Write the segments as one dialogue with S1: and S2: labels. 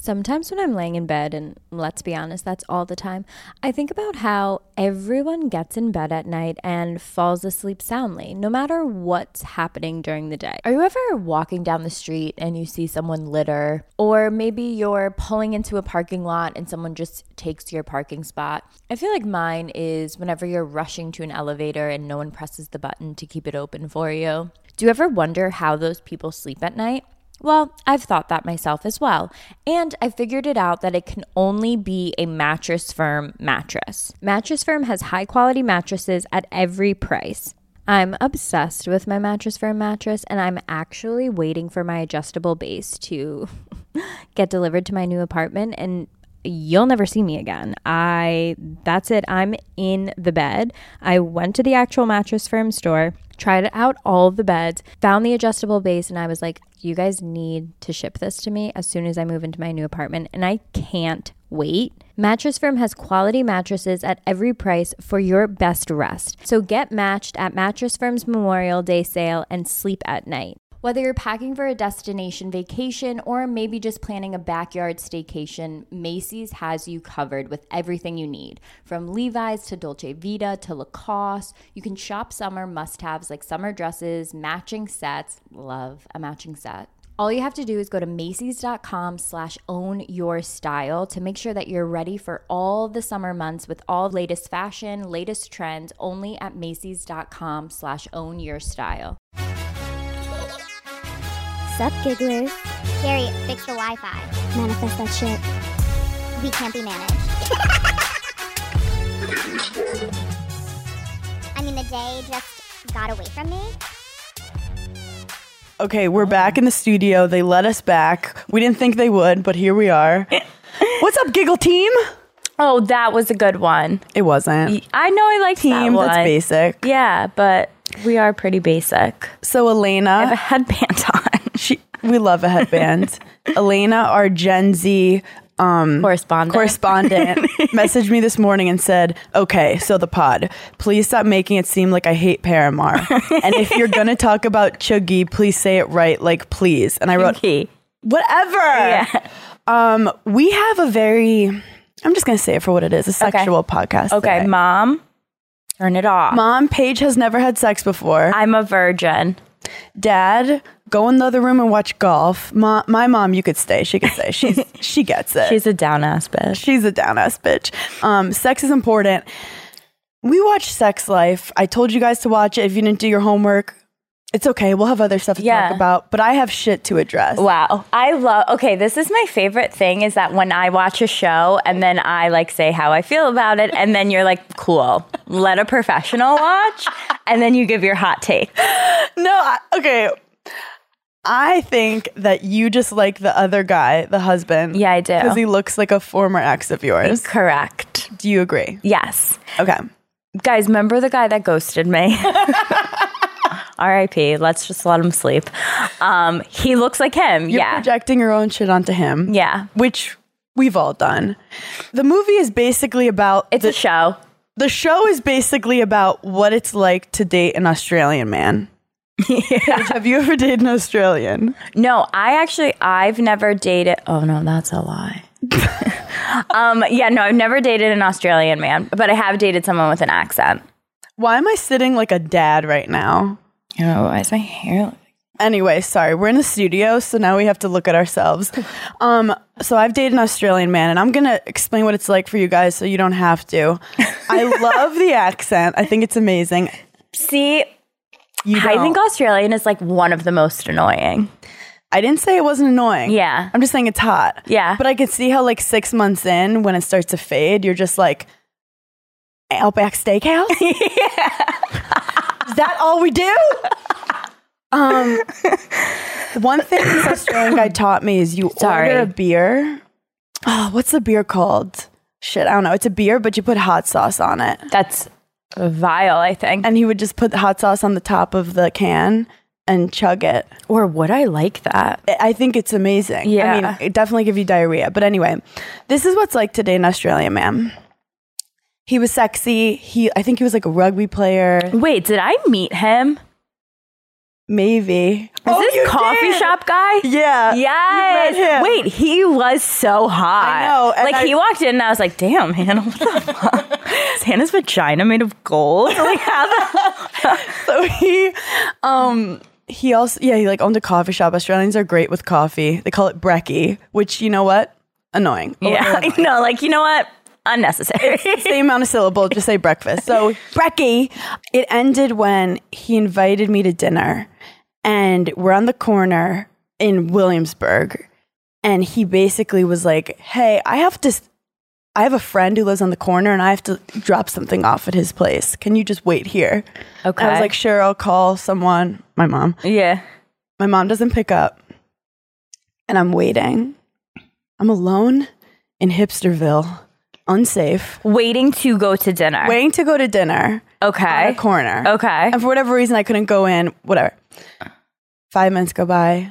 S1: Sometimes when I'm laying in bed, and let's be honest, that's all the time, I think about how everyone gets in bed at night and falls asleep soundly, no matter what's happening during the day.
S2: Are you ever walking down the street and you see someone litter? Or maybe you're pulling into a parking lot and someone just takes your parking spot? I feel like mine is whenever you're rushing to an elevator and no one presses the button to keep it open for you. Do you ever wonder how those people sleep at night? Well, I've thought that myself as well. And I figured it out that it can only be a mattress firm mattress.
S1: Mattress Firm has high quality mattresses at every price. I'm obsessed with my Mattress Firm mattress, and I'm actually waiting for my adjustable base to get delivered to my new apartment and you'll never see me again. I that's it. I'm in the bed. I went to the actual mattress firm store, tried out all the beds, found the adjustable base and I was like, you guys need to ship this to me as soon as I move into my new apartment and I can't wait. Mattress Firm has quality mattresses at every price for your best rest. So get matched at Mattress Firm's Memorial Day sale and sleep at night.
S2: Whether you're packing for a destination vacation or maybe just planning a backyard staycation, Macy's has you covered with everything you need. From Levi's to Dolce Vita to Lacoste, you can shop summer must haves like summer dresses, matching sets. Love a matching set. All you have to do is go to Macy's.com slash own your style to make sure that you're ready for all the summer months with all latest fashion, latest trends, only at Macy's.com slash own your style.
S3: Sup, gigglers?
S4: Gary, fix the Wi-Fi.
S3: Manifest that shit.
S4: We can't be managed. I mean, the day just got away from me.
S5: Okay, we're back in the studio. They let us back. We didn't think they would, but here we are. What's up, giggle team?
S2: Oh, that was a good one.
S5: It wasn't.
S2: I know I like that
S5: Team,
S2: one.
S5: that's basic.
S2: Yeah, but we are pretty basic.
S5: So
S2: I have a
S5: Elena,
S2: headband on.
S5: she, we love a headband. Elena, our Gen Z
S2: Mm-hmm. Correspondent.
S5: correspondent, messaged me this morning and said, "Okay, so the pod. Please stop making it seem like I hate Paramar. and if you're gonna talk about Chuggy, please say it right. Like, please." And I wrote,
S2: Key.
S5: "Whatever." Um, we have a very. I'm just gonna say it for what it is. A sexual podcast.
S2: Okay,
S5: today.
S2: mom, turn it off.
S5: Mom, Paige has never had sex before.
S2: I'm a virgin.
S5: Dad, go in the other room and watch golf. Mom, my mom, you could stay. She could stay. She's she gets it.
S2: She's a down ass bitch.
S5: She's a down ass bitch. Um, sex is important. We watch Sex Life. I told you guys to watch it. If you didn't do your homework, it's okay. We'll have other stuff to
S2: Yeah.
S5: talk about. But I have shit to address.
S2: Wow. I love okay, this is my favorite thing is that when I watch a show and then I like say how I feel about it, and then you're like, cool, let a professional watch, and then you give your hot take.
S5: No, I, okay. I think that you just like the other guy, the husband.
S2: Yeah, I do.
S5: Because he looks like a former ex of yours.
S2: Correct.
S5: Do you agree?
S2: Yes.
S5: Okay.
S2: Guys, remember the guy that ghosted me? R.I.P. Let's just let him sleep. Um, he looks like him.
S5: You're
S2: yeah.
S5: projecting your own shit onto him.
S2: yeah.
S5: Which we've all done. The movie is basically about
S2: It's
S5: the,
S2: a show.
S5: the show is basically about what it's like to date an Australian man. Paige, have you ever dated an Australian?
S2: No, I actually I've never dated. Oh no, that's a lie. um, yeah, no, I've never dated an Australian man, but I have dated someone with an accent.
S5: Why am I sitting like a dad right now?
S2: Oh, why is my hair?
S5: Anyway, sorry, we're in the studio, so now we have to look at ourselves. Um, so I've dated an Australian man, and I'm gonna explain what it's like for you guys, so you don't have to. I love the accent; I think it's amazing.
S2: See,
S5: You
S2: I
S5: don't.
S2: think Australian is like one of the most annoying.
S5: I didn't say it wasn't annoying.
S2: Yeah.
S5: I'm just saying it's hot.
S2: Yeah.
S5: But I could see how, like, six months in, when it starts to fade, you're just like, Outback Steakhouse? Is that all we do? um, one thing this Australian guy taught me is you
S2: Sorry.
S5: order a beer. Oh, what's the beer called? Shit, I don't know. It's a beer, but you put hot sauce on it.
S2: That's vile, I think.
S5: And he would just put the hot sauce on the top of the can and chug it.
S2: or would I like that?
S5: I- I think it's amazing. I
S2: Yeah.
S5: mean, it definitely give you diarrhea. But anyway, this is what's like today in Australia, ma'am. He was sexy. He, I think he was like a rugby player.
S2: Wait, did I meet him?
S5: Maybe. Is
S1: this coffee shop guy?
S5: Oh, Yeah.
S1: Yes.
S5: You met him.
S1: Wait, he was so hot.
S5: I know, and
S2: like
S5: I-
S2: he walked in and I was like, damn, Hannah, what the fuck? Is Hannah's vagina made of gold? Like, how the-
S5: So he, um, he also yeah he like owned a coffee shop. Australians are great with coffee. They call it brekkie, which you know what? Annoying. A little
S2: yeah.
S5: annoying.
S2: no, like, you know what? Unnecessary.
S5: Same amount of syllable, just say breakfast. So brekkie. It ended when he invited me to dinner, and we're on the corner in Williamsburg, and he basically was like, "Hey, I have to." s- I have a friend who lives on the corner and I have to drop something off at his place. Can you just wait here?
S2: okay.
S5: I was like, sure, I'll call someone, my mom.
S2: yeah.
S5: My mom doesn't pick up. And I'm waiting. I'm alone in Hipsterville, unsafe,
S2: Waiting to go to dinner.
S5: waiting to go to dinner on a
S2: Okay.
S5: corner.
S2: Okay.
S5: And for whatever reason, I couldn't go in, whatever. Five minutes go by,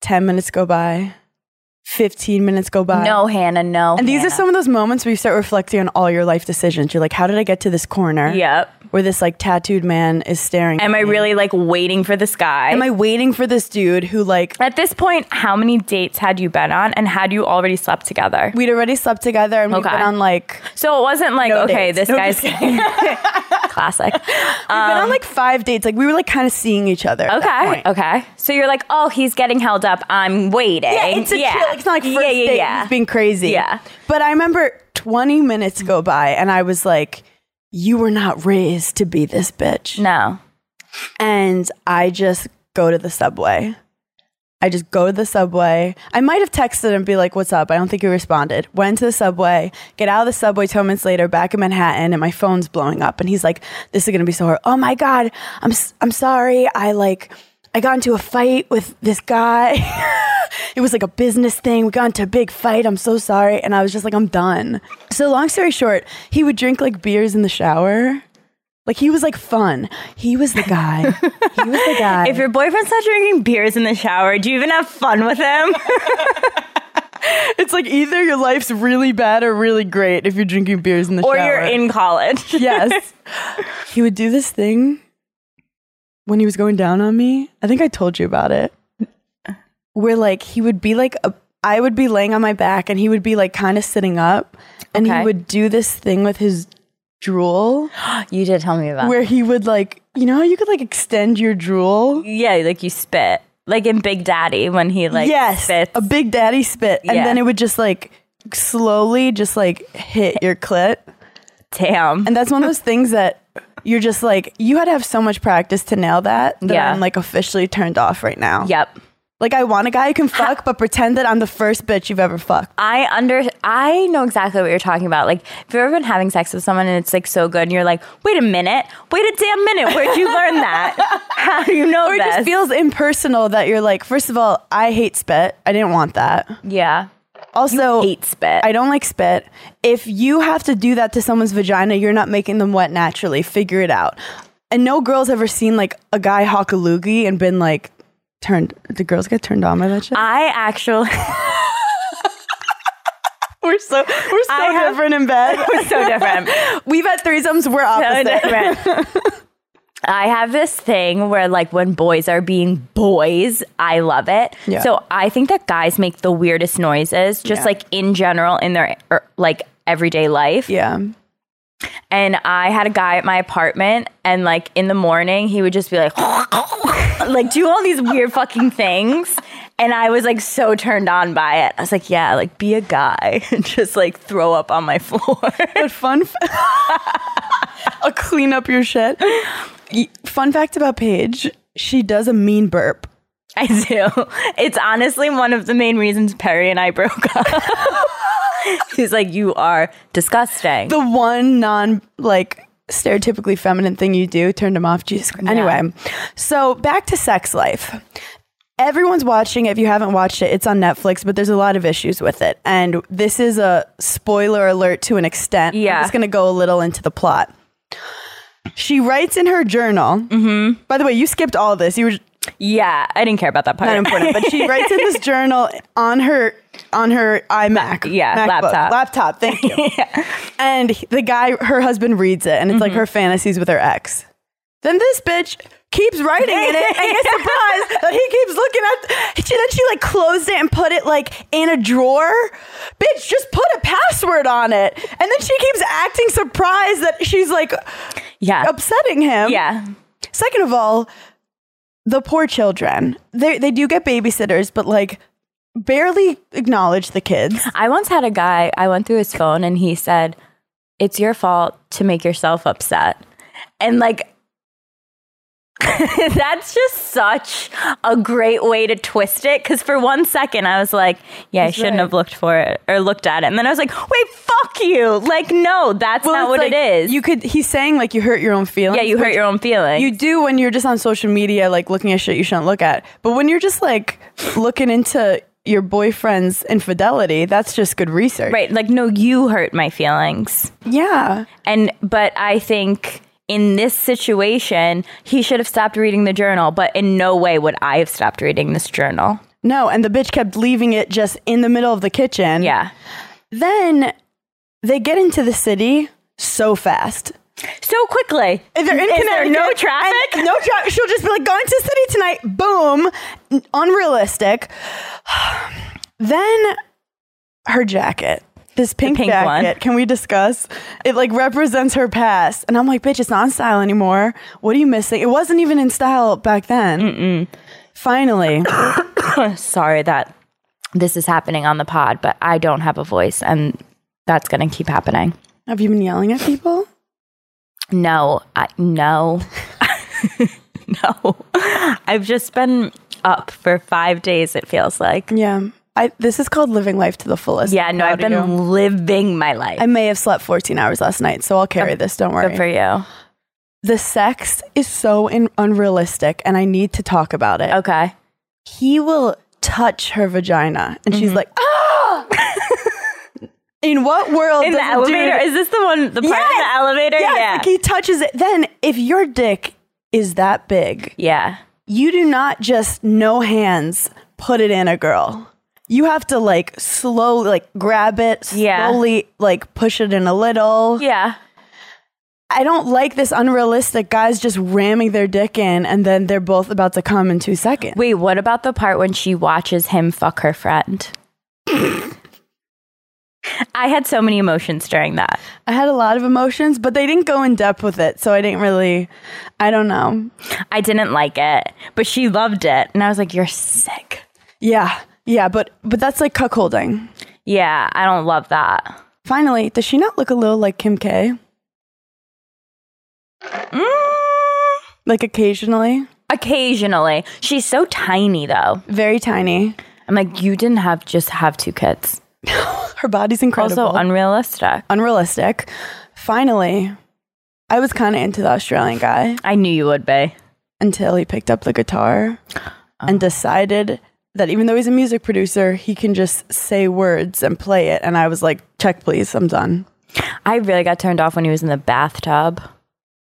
S5: 10 minutes go by, 15 minutes go by.
S2: No, Hannah, no.
S5: And these are some of those moments where you start reflecting on all your life decisions. You're like, how did I get to this corner
S2: Yep.
S5: where this like tattooed man is staring?
S2: Am
S5: at
S2: I
S5: me?
S2: really like waiting for this guy?
S5: Am I waiting for this dude who like
S2: At this point, how many dates had you been on and had you already slept together?
S5: we'd already slept together and we've
S2: Okay.
S5: been on like
S2: So it wasn't like,
S5: No
S2: okay,
S5: dates.
S2: this
S5: No,
S2: guy's classic.
S5: we've been on like five dates. Like we were like kind of seeing each other. at that
S2: Um, Okay.
S5: point.
S2: Okay. So you're like, oh, he's getting held up. I'm waiting.
S5: Yeah, it's a chill. It's not like first
S2: yeah, yeah,
S5: date.
S2: yeah.
S5: He's being crazy.
S2: Yeah.
S5: But I remember 20 minutes go by and I was like, "You were not raised to be this bitch."
S2: no.
S5: And I just go to the subway. I just go to the subway. I might have texted and be like, "What's up?" I don't think he responded. Went to the subway. Get out of the subway. Ten minutes later, back in Manhattan, and my phone's blowing up. And he's like, "This is gonna be so hard." Oh my god, I'm s- I'm sorry. I like I got into a fight with this guy. it was like a business thing. We got into a big fight. I'm so sorry. And I was just like, I'm done. So long story short, he would drink like beers in the shower. Like he was like fun. He was the guy. he was the guy.
S2: If your boyfriend's not drinking beers in the shower, do you even have fun with him?
S5: It's like either your life's really bad or really great if you're drinking beers in the
S2: or
S5: shower.
S2: you're in college?
S5: Yes. he would do this thing when he was going down on me. I think I told you about it. Where like he would be like a I would be laying on my back and he would be like kind of sitting up and
S2: Okay.
S5: he would do this thing with his drool
S2: You did tell me about.
S5: where he would like you know how you could like extend your drool
S2: Yeah, like you spit. Like in Big Daddy when he like
S5: yes
S2: spits.
S5: a big daddy spit and
S2: Yeah.
S5: then it would just like slowly just like hit your clit
S2: Damn.
S5: And that's one of those things that you're just like, you had to have so much practice to nail that that
S2: Yeah.
S5: I'm like officially turned off right now.
S2: yep.
S5: Like I want a guy who can fuck, but pretend that I'm the first bitch you've ever fucked.
S2: I under I know exactly what you're talking about. Like if you've ever been having sex with someone and it's like so good and you're like, wait a minute, wait a damn minute, where'd you learn that? How do you know
S5: Or it
S2: this?
S5: just feels impersonal that you're like, first of all, I hate spit. I didn't want that.
S2: yeah.
S5: Also,
S2: Hate spit.
S5: I don't like spit. If you have to do that to someone's vagina, you're not making them wet naturally. Figure it out. And no girl's ever seen like a guy hawk a loogie and been like turned. Do girls get turned on by that shit?
S2: I actually
S5: we're so we're so
S2: I have-
S5: different in bed.
S2: so different.
S5: We've had threesomes. We're
S2: So
S5: opposite.
S2: different. I have this thing where like when boys are being boys, I love it.
S5: Yeah.
S2: So I think that guys make the weirdest noises just
S5: Yeah.
S2: like in general in their er, like everyday life.
S5: Yeah.
S2: and I had a guy at my apartment, and like in the morning, he would just be like, like do all these weird fucking things, and I was like so turned on by it. I was like, yeah, like be a guy and just like throw up on my floor.
S5: But fun. F- I'll clean up your shit. Y- Fun fact about Paige: she does a mean burp.
S2: I do. It's honestly one of the main reasons Perry and I broke up. He's like, you are disgusting.
S5: The one non like stereotypically feminine thing you do turned him off. Jesus. Christ. Anyway, so back to sex life. Everyone's watching. it. If you haven't watched it, it's on Netflix. But there's a lot of issues with it, and this is a spoiler alert to an extent.
S2: Yeah.
S5: I'm just gonna go a little into the plot. She writes in her journal. Mm-hmm. By the way, you skipped all this. You were
S2: yeah, I didn't care about that part.
S5: not important, but she writes in this journal on her on her iMac,
S2: yeah,
S5: MacBook,
S2: laptop.
S5: laptop. Thank
S2: Mm-hmm.
S5: you. And the guy, her husband, reads it, and it's like her fantasies with her ex. Then this bitch keeps writing in it and gets surprised that he keeps looking at. She, then she like closed it and put it like in a drawer. Bitch, just put a password on it. And then she keeps acting surprised that she's like
S2: Yeah.
S5: upsetting him.
S2: Yeah.
S5: Second of all, the poor children. They they do get babysitters, but like barely acknowledge the kids.
S2: I once had a guy, I went through his phone and he said, It's your fault to make yourself upset. And like, that's just such a great way to twist it. Cause for one second I was like, Yeah, I shouldn't have looked for it or looked at it. And then I was like, Wait, fuck you. Like, no, that's not
S5: it's
S2: what
S5: like,
S2: it is.
S5: You could he's saying like you hurt your own feelings.
S2: yeah, you hurt your own feelings.
S5: You do when you're just on social media, like looking at shit you shouldn't look at. But when you're just like looking into your boyfriend's infidelity, that's just good research.
S2: right. Like, no, you hurt my feelings.
S5: Yeah.
S2: And but I think in this situation, he should have stopped reading the journal, but in no way would I have stopped reading this journal.
S5: No, and the bitch kept leaving it just in the middle of the kitchen.
S2: Yeah.
S5: Then they get into the city so fast.
S2: So quickly.
S5: If they're in
S2: Is there
S5: Connecticut,
S2: no
S5: and
S2: traffic?
S5: no traffic. She'll just be like, going to the city tonight. Boom. N- Unrealistic. then her jacket. This pink,
S2: pink
S5: jacket,
S2: one.
S5: can we discuss? It like represents her past. And I'm like, bitch, it's not in style anymore. What are you missing? It wasn't even in style back then. Finally.
S2: Sorry that this is happening on the pod, but I don't have a voice and that's going to keep happening.
S5: Have you been yelling at people?
S2: No, I, no, no. I've just been up for five days, it feels like.
S5: Yeah. I, this is called living life to the fullest.
S2: Yeah, no, I've
S5: Proud of you.
S2: been living my life.
S5: I may have slept 14 hours last night, so I'll carry this. Don't worry.
S2: Good for you.
S5: the sex is so in- unrealistic and I need to talk about it.
S2: Okay.
S5: He will touch her vagina and
S2: Mm-hmm.
S5: she's like, ah! in what world
S2: in
S5: does
S2: the
S5: a dude-
S2: elevator. Is this the one? The part in the
S5: Yes!
S2: elevator?
S5: Yes,
S2: yeah.
S5: like he touches it. Then if your dick is that big,
S2: yeah.
S5: you do not just no hands put it in a girl. You have to like slowly like grab it,
S2: Yeah.
S5: slowly like push it in a little.
S2: Yeah.
S5: I don't like this unrealistic guys just ramming their dick in and then they're both about to come in two seconds.
S2: Wait, what about the part when she watches him fuck her friend? I had so many emotions during that.
S5: I had a lot of emotions, but they didn't go in depth with it, so I didn't really. I don't know.
S2: I didn't like it, but she loved it. And I was like, you're sick.
S5: Yeah, yeah, but but that's like cuckolding.
S2: Yeah, I don't love that.
S5: Finally, does she not look a little like Kim K? Like occasionally,
S2: Occasionally. She's so tiny though.
S5: very tiny.
S2: I'm like, you didn't have just have two kids.
S5: Her body's incredible.
S2: Also unrealistic.
S5: unrealistic. Finally, I was kind of into the Australian guy.
S2: I knew you would be.
S5: until he picked up the guitar and decided that even though he's a music producer, he can just say words and play it. And I was like, check, please, I'm done.
S2: I really got turned off when he was in the bathtub.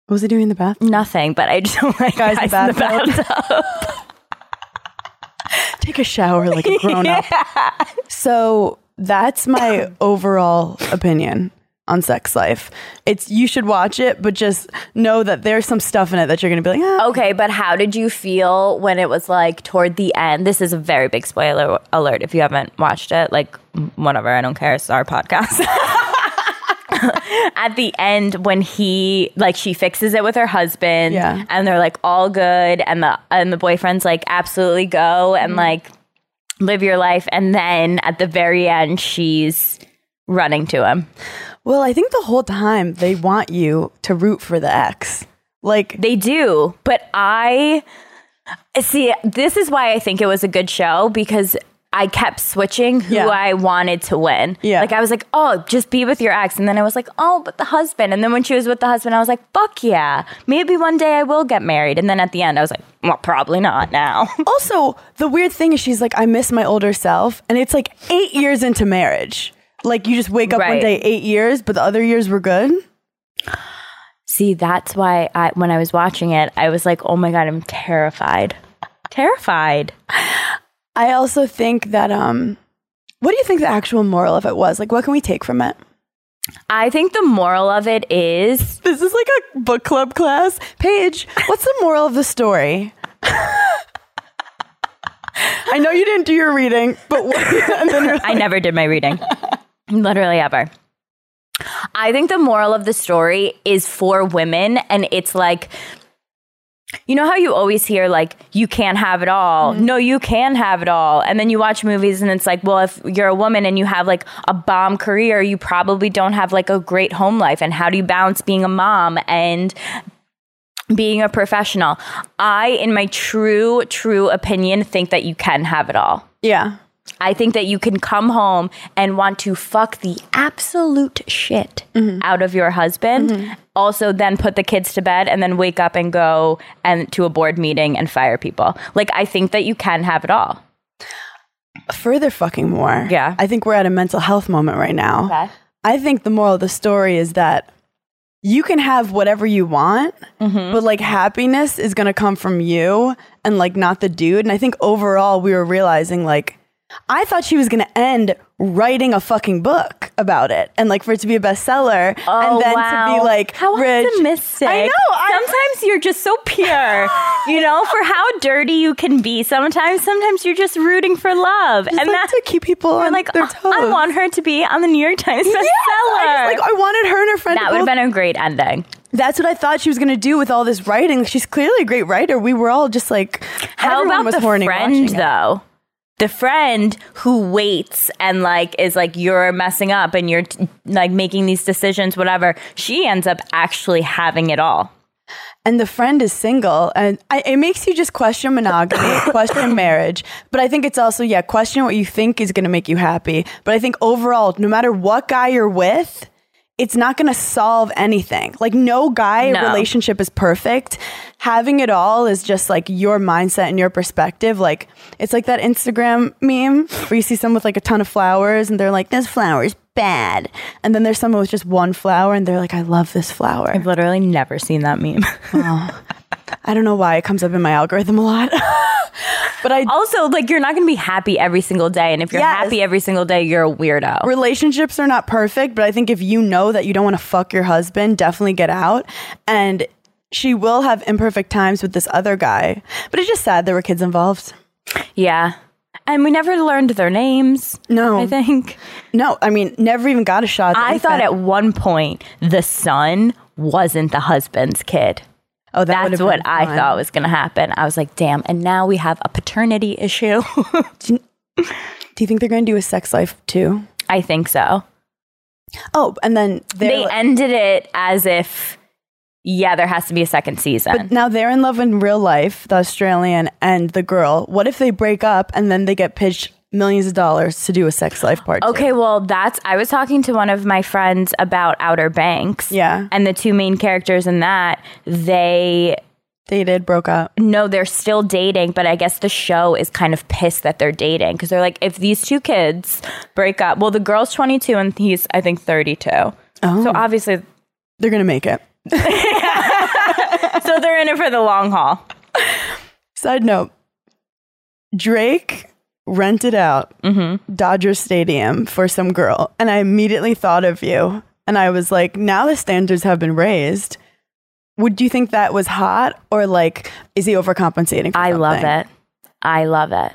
S5: What was he doing in the bathroom?
S2: Nothing, but I just don't like
S5: Guys
S2: guys,
S5: in
S2: in the
S5: bathtub.
S2: bathtub.
S5: Take a shower like a grown up. So that's my overall opinion on sex life. It's you should watch it, but just know that there's some stuff in it that you're gonna be like, ah.
S2: okay, but how did you feel when it was like toward the end? This is a very big spoiler alert if you haven't watched it. Like, whatever, I don't care. It's our podcast. At the end, when he like she fixes it with her husband,
S5: Yeah.
S2: and they're like all good, and the and the boyfriend's like absolutely go and like live your life, and then at the very end, she's running to him.
S5: well, I think the whole time they want you to root for the ex. Like
S2: They do, but I see. This is why I think it was a good show because I kept switching who
S5: Yeah.
S2: I wanted to win.
S5: Yeah.
S2: like I was like, oh, just be with your ex, and then I was like, oh, but the husband, and then when she was with the husband, I was like, fuck yeah, maybe one day I will get married, and then at the end, I was like, well, probably not now.
S5: Also, the weird thing is she's like, I miss my older self. And it's like eight years into marriage. Like you just wake up one
S2: Right.
S5: day, eight years, but the other years were good.
S2: see, that's why I when I was watching it, I was like, oh my god, I'm terrified, terrified.
S5: I also think that um what do you think the actual moral of it was? Like what can we take from it?
S2: I think the moral of it is
S5: This is like a book club class. Paige, what's the moral of the story? I know you didn't do your reading, but what, and then you're like,
S2: I never did my reading. Literally ever. I think the moral of the story is for women and it's like you know how you always hear like you can't have it all. No, you can have it all. And then you watch movies and it's like, well, if you're a woman and you have like a bomb career, you probably don't have like a great home life and how do you balance being a mom and being a professional? I in my true true opinion think that you can have it all.
S5: yeah.
S2: I think that you can come home and want to fuck the absolute shit
S5: Mm-hmm.
S2: out of your husband. Also, then put the kids to bed and then wake up and go and to a board meeting and fire people. Like, I think that you can have it all.
S5: Further fucking more.
S2: Yeah.
S5: I think we're at a mental health moment right now. I think the moral of the story is that you can have whatever you want,
S2: Mm-hmm.
S5: but like happiness is going to come from you and like not the dude. And I think overall, we were realizing like, I thought she was going to end writing a fucking book about it and like for it to be a bestseller
S2: Oh,
S5: and then
S2: wow.
S5: to be like
S2: how
S5: rich.
S2: optimistic!
S5: I know. I,
S2: sometimes you're just so pure, you know, for how dirty you can be. Sometimes, sometimes you're just rooting for love,
S5: just
S2: and
S5: like
S2: that's
S5: to keep people on
S2: like
S5: their
S2: "Oh,
S5: toes.
S2: I want her to be on the New York Times bestseller.
S5: Yes, I just, like I wanted her and her friend. to
S2: that would have
S5: both
S2: been a great ending.
S5: That's what I thought she was going to do with all this writing. She's clearly a great writer. We were all just like,
S2: How
S5: everyone
S2: about
S5: was
S2: the
S5: horny
S2: friend
S5: watching it.
S2: though? The friend who waits and like is like you're messing up and you're t- like making these decisions, whatever. She ends up actually having it all.
S5: And the friend is single, and I, it makes you just question monogamy, question marriage. But I think it's also yeah, question what you think is going to make you happy. But I think overall, no matter what guy you're with. It's not going to solve anything. Like, no guy
S2: No.
S5: relationship is perfect. Having it all is just like your mindset and your perspective. Like, it's like that Instagram meme where you see someone with like a ton of flowers and they're like, this flower's bad. And then there's someone with just one flower and they're like, I love this flower.
S2: I've literally never seen that meme.
S5: I don't know why it comes up in my algorithm a lot. but I
S2: also, like you're not going to be happy every single day, and if you're
S5: Yes.
S2: happy every single day, you're a weirdo.
S5: relationships are not perfect, but I think if you know that you don't want to fuck your husband, definitely get out and she will have imperfect times with this other guy. But it's just sad there were kids involved.
S2: Yeah, and we never learned their names.
S5: No.
S2: I think
S5: No, I mean, never even got a shot.
S2: I thought at one point the son wasn't the husband's kid.
S5: Oh, that would've
S2: That's
S5: been
S2: what I
S5: fun.
S2: thought was going to happen. I was like, damn. And now we have a paternity issue.
S5: Do you think they're going to do a sex life too?
S2: I think so.
S5: Oh, and then they're
S2: They
S5: like-
S2: ended it as if, yeah, there has to be a second season.
S5: But now they're in love in real life, the Australian and the girl. What if they break up and then they get pitched millions of dollars to do a sex life part? two?
S2: Okay, well, that's. I was talking to one of my friends about Outer Banks.
S5: Yeah.
S2: And the two main characters in that, they
S5: Dated, broke up.
S2: no, they're still dating, but I guess the show is kind of pissed that they're dating because they're like, if these two kids break up, well, the girl's 22 and he's, I think, 32.
S5: Oh.
S2: So obviously,
S5: They're gonna make it.
S2: so they're in it for the long haul.
S5: Side note: Drake rented out
S2: Mm-hmm.
S5: Dodger Stadium for some girl, and I immediately thought of you, and I was like, now the standards have been raised. Would you think that was hot, or like, is he overcompensating? For
S2: I love
S5: something?
S2: it. I love it.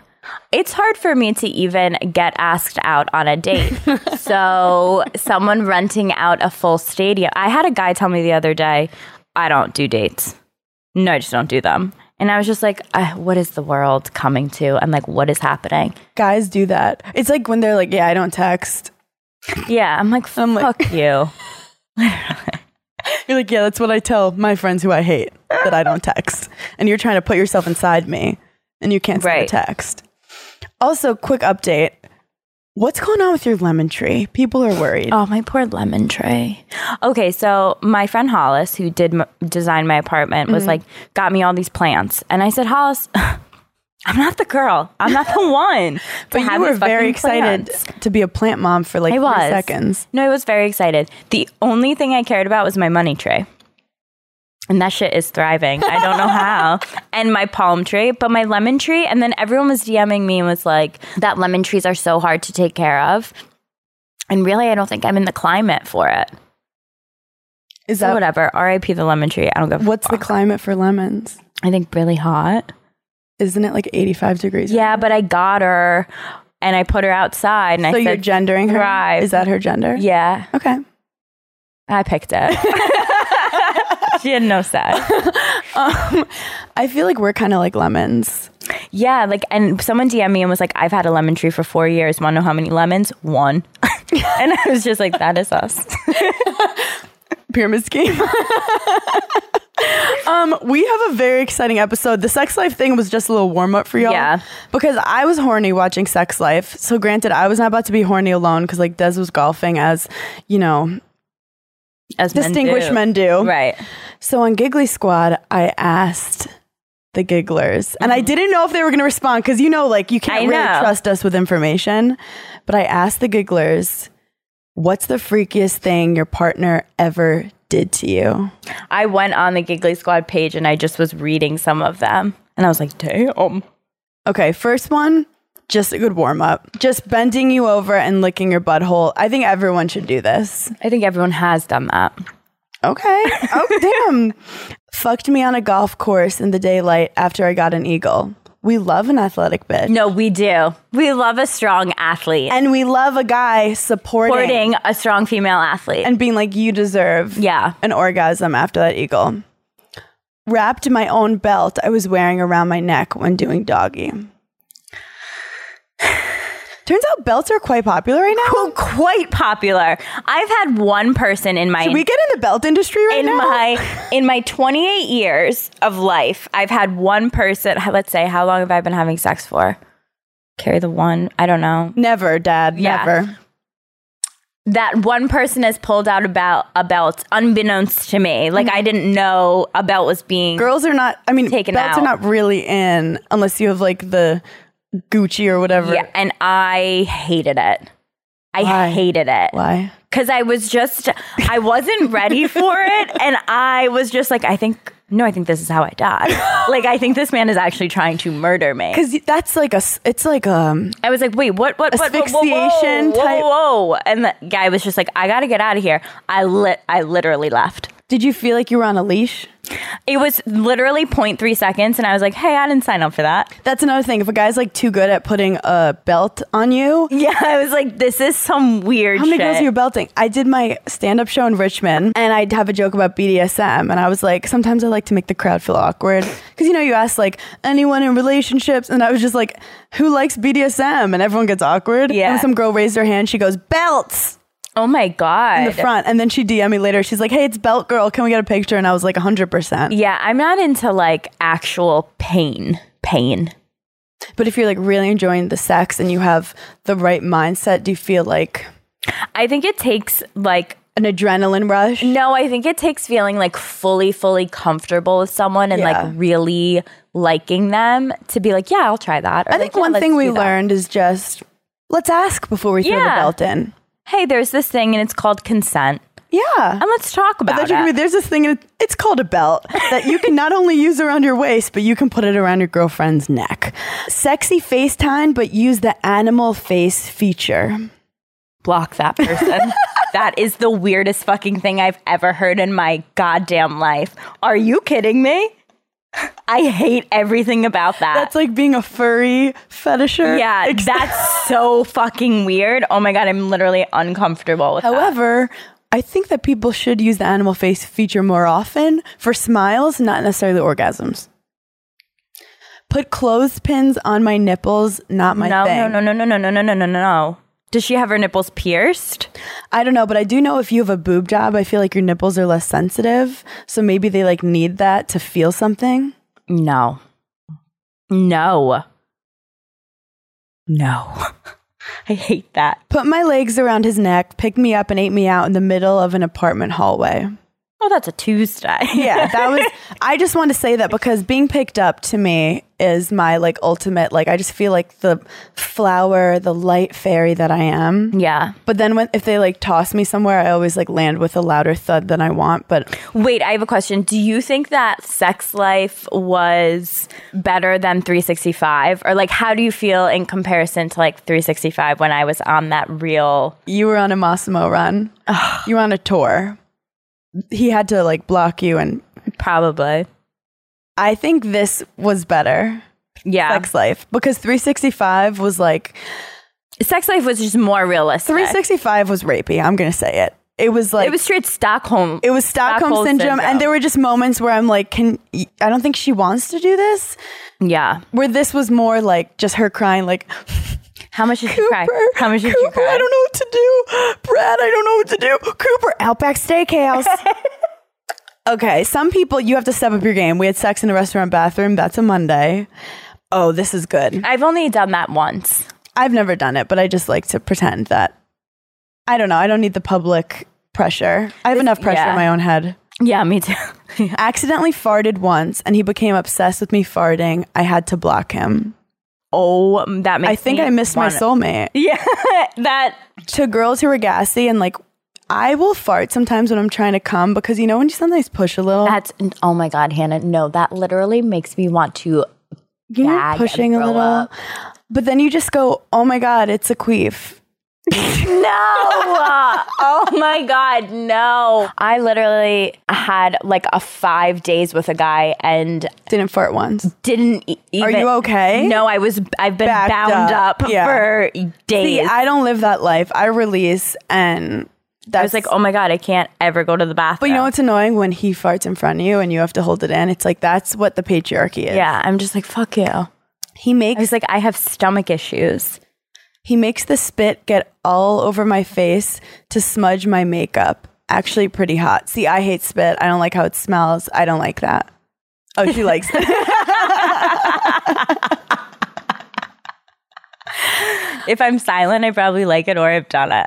S2: It's hard for me to even get asked out on a date. so, someone renting out a full stadium. I had a guy tell me the other day, I don't do dates. No, I just don't do them. And I was just like, uh, what is the world coming to? And like, what is happening?
S5: Guys do that. It's like when they're like, yeah, I don't text.
S2: Yeah, I'm like,
S5: I'm like-
S2: fuck you.
S5: You're like, yeah, that's what I tell my friends who I hate that I don't text. And you're trying to put yourself inside me and you can't send
S2: Right.
S5: a text. Also, quick update. What's going on with your lemon tree? People are worried.
S2: Oh, my poor lemon tray. Okay, so my friend Hollis, who did m- design my apartment, was like, got me all these plants, and I said, Hollis, I'm not the girl. I'm not the one. to
S5: but you
S2: have
S5: were
S2: these fucking
S5: very excited
S2: plants."
S5: to be a plant mom for like
S2: I
S5: three
S2: was
S5: seconds.
S2: No, I was very excited. The only thing I cared about was my money tray. And that shit is thriving. I don't know how. And my palm tree, but my lemon tree. And then everyone was DMing me and was like, that lemon trees are so hard to take care of. And really, I don't think I'm in the climate for it.
S5: Is
S2: So
S5: that
S2: whatever. RIP the lemon tree. I don't go.
S5: what's the climate for lemons?
S2: I think really hot.
S5: Isn't it like 85 degrees?
S2: Yeah, but I got her and I put her outside and
S5: So
S2: I
S5: you're
S2: said,
S5: gendering her?
S2: thrive.
S5: Is that her gender?
S2: "Yeah,
S5: Okay.
S2: I picked it." she had no sense.
S5: Um, I feel like we're kind of like lemons.
S2: Yeah, like, and someone DM'd me and was like, "I've had a lemon tree for four years. Want to know how many lemons? One." and I was just like, "That is us."
S5: Pyramid scheme. um, we have a very exciting episode. The sex life thing was just a little warm up for y'all.
S2: Yeah.
S5: Because I was horny watching Sex Life. So granted, I was not about to be horny alone because like Des was golfing as, you know,
S2: As men
S5: distinguished
S2: do.
S5: men do.
S2: right?
S5: So on Giggly Squad, I asked the gigglers, and I didn't know if they were going to respond because you know, like you
S2: Mm-hmm. I
S5: can't really
S2: know.
S5: trust us with information. But I asked the gigglers, "What's the freakiest thing your partner ever did to you?"
S2: I went on the Giggly Squad page and I just was reading some of them, and I was like, "Damn."
S5: Okay, first one, just a good warm up, just bending you over and licking your butthole. I think everyone should do this.
S2: I think everyone has done that.
S5: Okay. Oh damn! Fucked me on a golf course in the daylight after I got an eagle. We love an athletic bitch.
S2: No, we do. We love a strong athlete.
S5: and we love a guy supporting,
S2: Supporting a strong female athlete.
S5: and being like, you deserve
S2: yeah.
S5: an orgasm after that eagle. Wrapped my own belt I was wearing around my neck when doing doggy. Turns out belts are quite popular right now.
S2: Qu- Quite popular. I've had one person in my
S5: Should we get in the belt industry right
S2: in
S5: now?
S2: my in my 28 years of life, I've had one person. h- Let's say, how long have I been having sex for? Carry the one. I don't know.
S5: never, Dad.
S2: Yeah.
S5: Never.
S2: That one person has pulled out about a belt, unbeknownst to me. Like
S5: Mm-hmm.
S2: I didn't know a belt was being.
S5: Girls are not. I mean,
S2: Taken
S5: belts
S2: out.
S5: are not really in unless you have like the Gucci or whatever.
S2: Yeah, and I hated it. I
S5: Why?
S2: hated it.
S5: Why?
S2: because I was just I wasn't ready for it, and I was just like, I think no, I think this is how I die. like I think this man is actually trying to murder me.
S5: Because that's like a. s- It's like um.
S2: I was like, wait, what, what, what, what- whoa, whoa,
S5: Asphyxiation
S2: whoa,
S5: type-
S2: whoa, and the guy was just like, I gotta get out of here. I lit, I literally left.
S5: Did you feel like you were on a leash?
S2: It was literally 0.3 seconds, and I was like, hey, I didn't sign up for that.
S5: That's another thing. If a guy's like too good at putting a belt on you,
S2: Yeah, I was like, this is some weird.
S5: how many
S2: shit.
S5: girls are you belting? I did my stand up show in Richmond and I'd have a joke about BDSM. And I was like, sometimes I like to make the crowd feel awkward. Cause you know, you ask like anyone in relationships. And I was just like, who likes BDSM? And everyone gets awkward.
S2: Yeah.
S5: And some girl raised her hand. She goes, belts
S2: Oh my god.
S5: in the front. And then she DM me later. She's like, hey, it's belt girl. Can we get a picture? And I was like, 100%.
S2: yeah, I'm not into like actual pain. Pain.
S5: But if you're like really enjoying the sex and you have the right mindset, do you feel like
S2: I think it takes like
S5: an adrenaline rush?
S2: No, I think it takes feeling like fully, fully comfortable with someone and
S5: Yeah.
S2: like really liking them to be like, yeah, I'll try that. Or
S5: I
S2: like,
S5: think
S2: "Yeah,
S5: one
S2: let's
S5: thing we
S2: do that."
S5: learned is just let's ask before we throw
S2: Yeah.
S5: the belt in.
S2: Hey, there's this thing and it's called consent,
S5: Yeah.
S2: and let's talk
S5: I
S2: about
S5: thought
S2: it.
S5: you were gonna be, there's this thing, and it- it's called a belt that you can not only use around your waist, but you can put it around your girlfriend's neck. Sexy FaceTime, but use the animal face feature.
S2: Block that person. that is the weirdest fucking thing I've ever heard in my goddamn life. Are you kidding me? I hate everything about that.
S5: That's like being a furry fetisher.
S2: Uh, yeah,
S5: Ex-
S2: that's so fucking weird. Oh my god, I'm literally uncomfortable with that.
S5: However, I think that people should use the animal face feature more often for smiles, not necessarily orgasms. Put clothespins on my nipples, not my
S2: no,
S5: thing.
S2: no, no, no, no, no, no, no, no, no, no. Does she have her nipples pierced?
S5: I don't know, but I do know if you have a boob job, I feel like your nipples are less sensitive. So maybe they like need that to feel something.
S2: No. No. No. I hate that.
S5: Put my legs around his neck, picked me up, and ate me out in the middle of an apartment hallway.
S2: Oh, that's a Tuesday.
S5: Yeah, that was. I just want to say that because being picked up to me is my like ultimate like I just feel like the flower, the light fairy that I am.
S2: Yeah.
S5: But then when if they like toss me somewhere, I always like land with a louder thud than I want. But
S2: Wait, I have a question. Do you think that sex life was better than 365? Or like how do you feel in comparison to like 365 when I was on that real
S5: you were on a Massimo run. you were on a tour. He had to like block you and
S2: probably?
S5: I think this was better
S2: Yeah.
S5: sex life because 365 was like
S2: sex life was just more realistic.
S5: 365 was rapey. I'm gonna say it. It was like
S2: it was straight Stockholm.
S5: It was Stockholm,
S2: Stockholm
S5: syndrome,
S2: syndrome.
S5: and there were just moments where I'm like, "Can y- I don't think she wants to do this?"
S2: yeah.
S5: Where this was more like just her crying, like
S2: How much did you
S5: Cooper,
S2: cry? How much did
S5: Cooper,
S2: you cry?
S5: I don't know what to do, Brad. I don't know what to do. Cooper, Outback Steakhouse. okay, some people you have to step up your game. We had sex in a restaurant bathroom. That's a Monday. Oh, this is good.
S2: I've only done that once.
S5: I've never done it, but I just like to pretend that. I don't know. I don't need the public pressure. I have enough pressure
S2: yeah.
S5: in my own head.
S2: Yeah, me too.
S5: accidentally farted once and he became obsessed with me farting. I had to block him.
S2: oh, that makes
S5: I think
S2: me
S5: I missed my
S2: wanna-
S5: soulmate.
S2: Yeah, that
S5: To girls who are gassy and like, I will fart sometimes when I'm trying to come because you know when you sometimes push a little,
S2: that's oh my god, Hannah. No, that literally makes me want to.
S5: you know,
S2: gag and
S5: pushing a
S2: throw
S5: little,
S2: up.
S5: but then you just go, "Oh my god, it's a queef."
S2: No, oh my god, no. I literally had like a five days with a guy and
S5: Didn't fart once.
S2: didn't e- even.
S5: you okay?
S2: No, I was. I've been
S5: Backed
S2: bound
S5: up,
S2: up,
S5: yeah.
S2: for
S5: See,
S2: days.
S5: I don't live that life. I release and that's
S2: I was like, oh my god, I can't ever go to the bathroom.
S5: But you know what's annoying when he farts in front of you and you have to hold it in. It's like that's what the patriarchy is.
S2: Yeah, I'm just like fuck you.
S5: he
S2: I
S5: makes
S2: was like, I have stomach issues.
S5: He makes the spit get all over my face to smudge my makeup. Actually, pretty hot. See, I hate spit. I don't like how it smells. I don't like that. Oh, she likes it.
S2: If I'm silent, I probably like it or I've done it.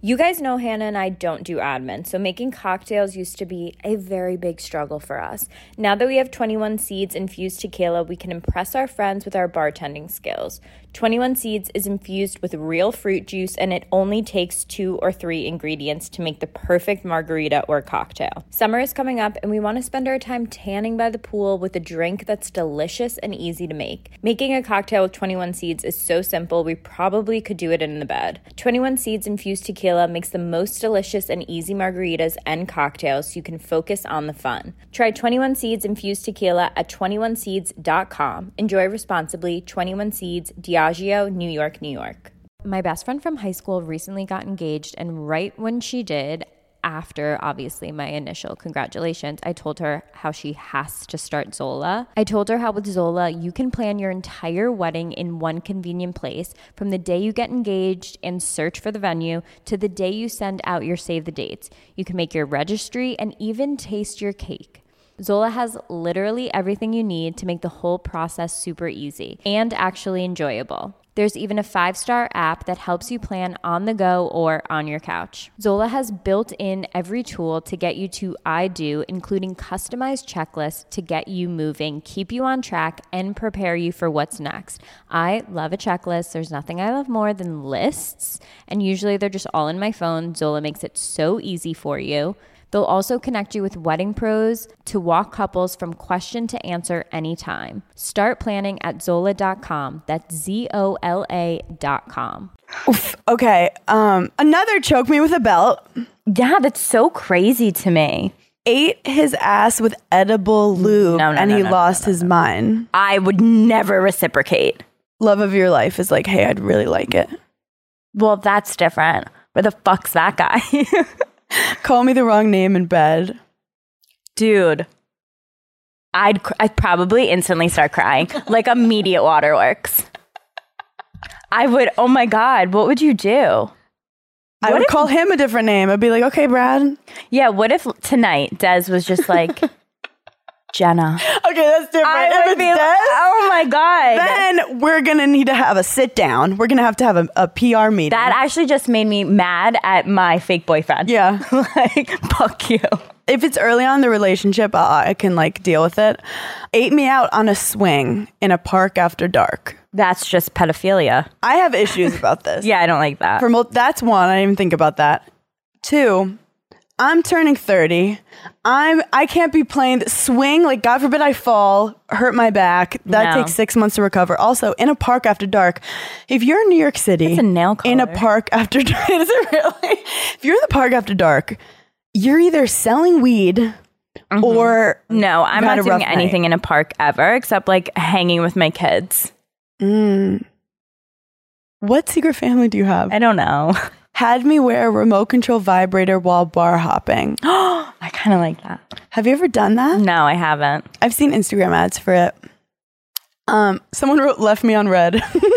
S1: You guys know Hannah and I don't do admin, so making cocktails used to be a very big struggle for us. Now that we have 21 Seeds infused tequila, we can impress our friends with our bartending skills. 21 Seeds is infused with real fruit juice, and it only takes two or three ingredients to make the perfect margarita or cocktail. Summer is coming up, and we want to spend our time tanning by the pool with a drink that's delicious and easy to make. Making a cocktail with 21 Seeds is so simple, we probably could do it in the bed. 21 Seeds infused tequila makes the most delicious and easy margaritas and cocktails so you can focus on the fun. Try 21 Seeds infused tequila at 21seeds.com. Enjoy responsibly. 21 Seeds, Diageo, New York, New York. My best friend from high school recently got engaged, and right when she did, after obviously my initial congratulations, I told her how she has to start Zola. I told her how with Zola, you can plan your entire wedding in one convenient place from the day you get engaged and search for the venue to the day you send out your save the dates. You can make your registry and even taste your cake. Zola has literally everything you need to make the whole process super easy and actually enjoyable. There's even a five star app that helps you plan on the go or on your couch. Zola has built in every tool to get you to I do, including customized checklists to get you moving, keep you on track, and prepare you for what's next. I love a checklist. There's nothing I love more than lists, and usually they're just all in my phone. Zola makes it so easy for you. They'll also connect you with wedding pros to walk couples from question to answer anytime. Start planning at zola.com. That's Z O L A.com.
S5: okay. Um, another choke me with a belt.
S2: Yeah, that's so crazy to me.
S5: Ate his ass with edible lube,
S2: No, no,
S5: and
S2: no,
S5: he
S2: no, no,
S5: lost his mind.
S2: I would never reciprocate.
S5: Love of your life is like, hey, I'd really like it.
S2: Well, that's different. Where the fuck's that guy?
S5: Call me the wrong name in bed.
S2: Dude. I'd cr- I'd probably instantly start crying. like immediate waterworks. I would oh my god, what would you do?
S5: I would call him a different name. I'd be like, okay, Brad.
S2: Yeah, what if tonight Des was just like Jenna?
S5: Okay, that's different.
S2: I
S5: If
S2: would
S5: it's
S2: be
S5: Des,
S2: like, oh my god.
S5: then we're gonna need to have a sit down. We're gonna have to have a, a PR meeting.
S2: that actually just made me mad at my fake boyfriend.
S5: yeah.
S2: like fuck you
S5: if it's early on in the relationship, I, I can like deal with it. Ate me out on a swing in a park after dark.
S2: That's just pedophilia.
S5: I have issues about this.
S2: Yeah, I don't like that.
S5: For mul- that's one. I didn't even think about that. Two. I'm turning 30. I'm I can't be playing th- swing like God forbid I fall, hurt my back. That
S2: No.
S5: takes 6 months to recover. Also, in a park after dark. If you're in New York City,
S2: That's a nail
S5: in a
S2: color.
S5: park after dark, is it really? If you're in the park after dark, you're either selling weed or
S2: Mm-hmm. no, I'm
S5: You've had
S2: not
S5: a
S2: doing
S5: rough
S2: anything in a park ever except like hanging with my kids.
S5: Mm. What secret family do you have?
S2: I don't know.
S5: Had me wear a remote control vibrator while bar hopping.
S2: I kind of like that.
S5: Have you ever done that?
S2: No, I haven't.
S5: I've seen Instagram ads for it. Um, someone wrote left me on red.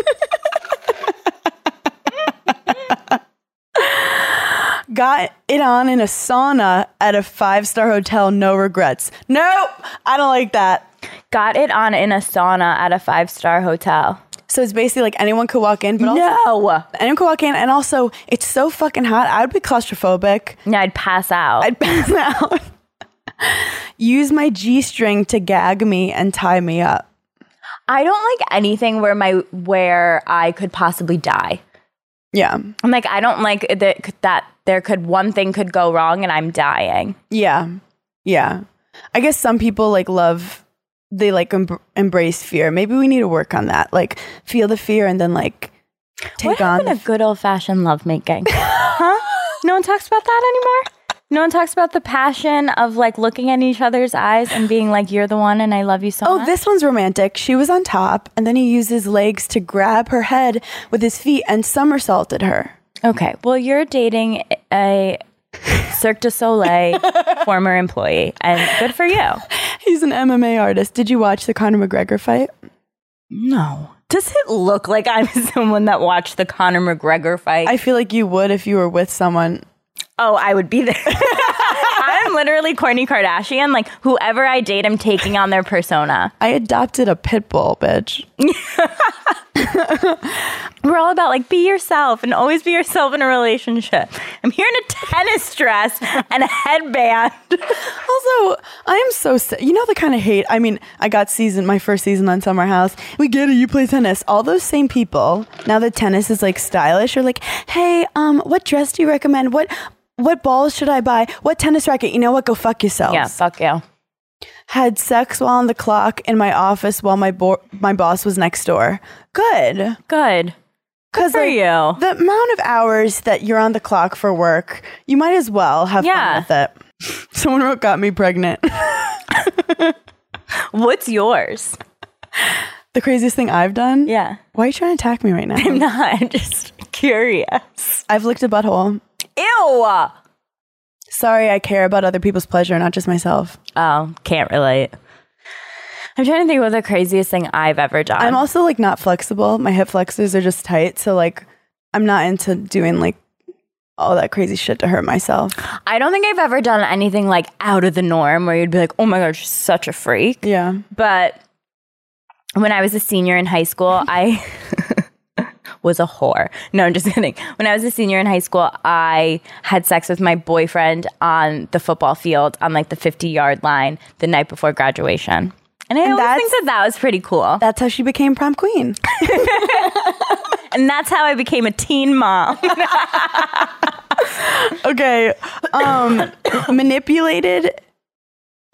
S5: Got it on in a sauna at a five star hotel, no regrets. Nope, I don't like that.
S2: Got it on in a sauna at a five star hotel.
S5: So it's basically like anyone could walk in, but also
S2: No.
S5: anyone could walk in, and also it's so fucking hot. I would be claustrophobic.
S2: No, I'd pass out.
S5: I'd pass out. Use my G string to gag me and tie me up.
S2: I don't like anything where my where I could possibly die.
S5: Yeah.
S2: I'm like I don't like that that there could one thing could go wrong and I'm dying.
S5: Yeah. Yeah. I guess some people like love, they like em- embrace fear. Maybe we need to work on that. Like feel the fear and then like
S2: what
S5: take on.
S2: happened
S5: The,
S2: to good old fashioned lovemaking? huh? No one talks about that anymore. No one talks about the passion of like looking in each other's eyes and being like, "You're the one, and I love you so
S5: oh,
S2: much."
S5: this one's romantic. She was on top and then he used his legs to grab her head with his feet and somersaulted her.
S2: okay, well, you're dating a Cirque du Soleil former employee, and good for you.
S5: He's an MMA artist. Did you watch the Conor McGregor fight?
S2: No. Does it look like I'm someone that watched the Conor McGregor fight?
S5: I feel like you would if you were with someone.
S2: oh, I would be there. I'm literally Kourtney Kardashian. Like whoever I date, I'm taking on their persona.
S5: I adopted a pit bull, bitch.
S2: We're all about like be yourself and always be yourself in a relationship. I'm here in a tennis dress and a headband.
S5: Also, I am so si- you know the kind of hate. I mean, I got season my first season on Summer House. We get it. You play tennis. All those same people now that tennis is like stylish are like, hey, um, what dress do you recommend? What what balls should I buy? What tennis racket? You know what? Go fuck yourselves.
S2: Yeah, fuck you.
S5: Had sex while on the clock in my office while my bo- my boss was next door. Good.
S2: Good.
S5: Because
S2: for you.
S5: the amount of hours that you're on the clock for work, you might as well have
S2: Yeah.
S5: fun with it. Someone wrote, got me pregnant.
S2: What's yours?
S5: the craziest thing I've done.
S2: Yeah.
S5: Why are you trying to attack me right now?
S2: No, I'm just curious.
S5: I've licked a butthole.
S2: Ew. Oh,
S5: Sorry, I care about other people's pleasure, not just myself.
S2: can't relate. I'm trying to think what the craziest thing I've ever done.
S5: I'm also like not flexible. My hip flexors are just tight, so like I'm not into doing like all that crazy shit to hurt myself.
S2: I don't think I've ever done anything like out of the norm where you'd be like, oh my God, she's such a freak.
S5: Yeah.
S2: But when I was a senior in high school, I was a whore. No, I'm just kidding. When I was a senior in high school, I had sex with my boyfriend on the football field on like the 50 yard line the night before graduation. And I always
S5: that's-
S2: think that that was pretty cool.
S5: That's how she became prom queen.
S2: and that's how I became a teen mom.
S5: okay. Um manipulated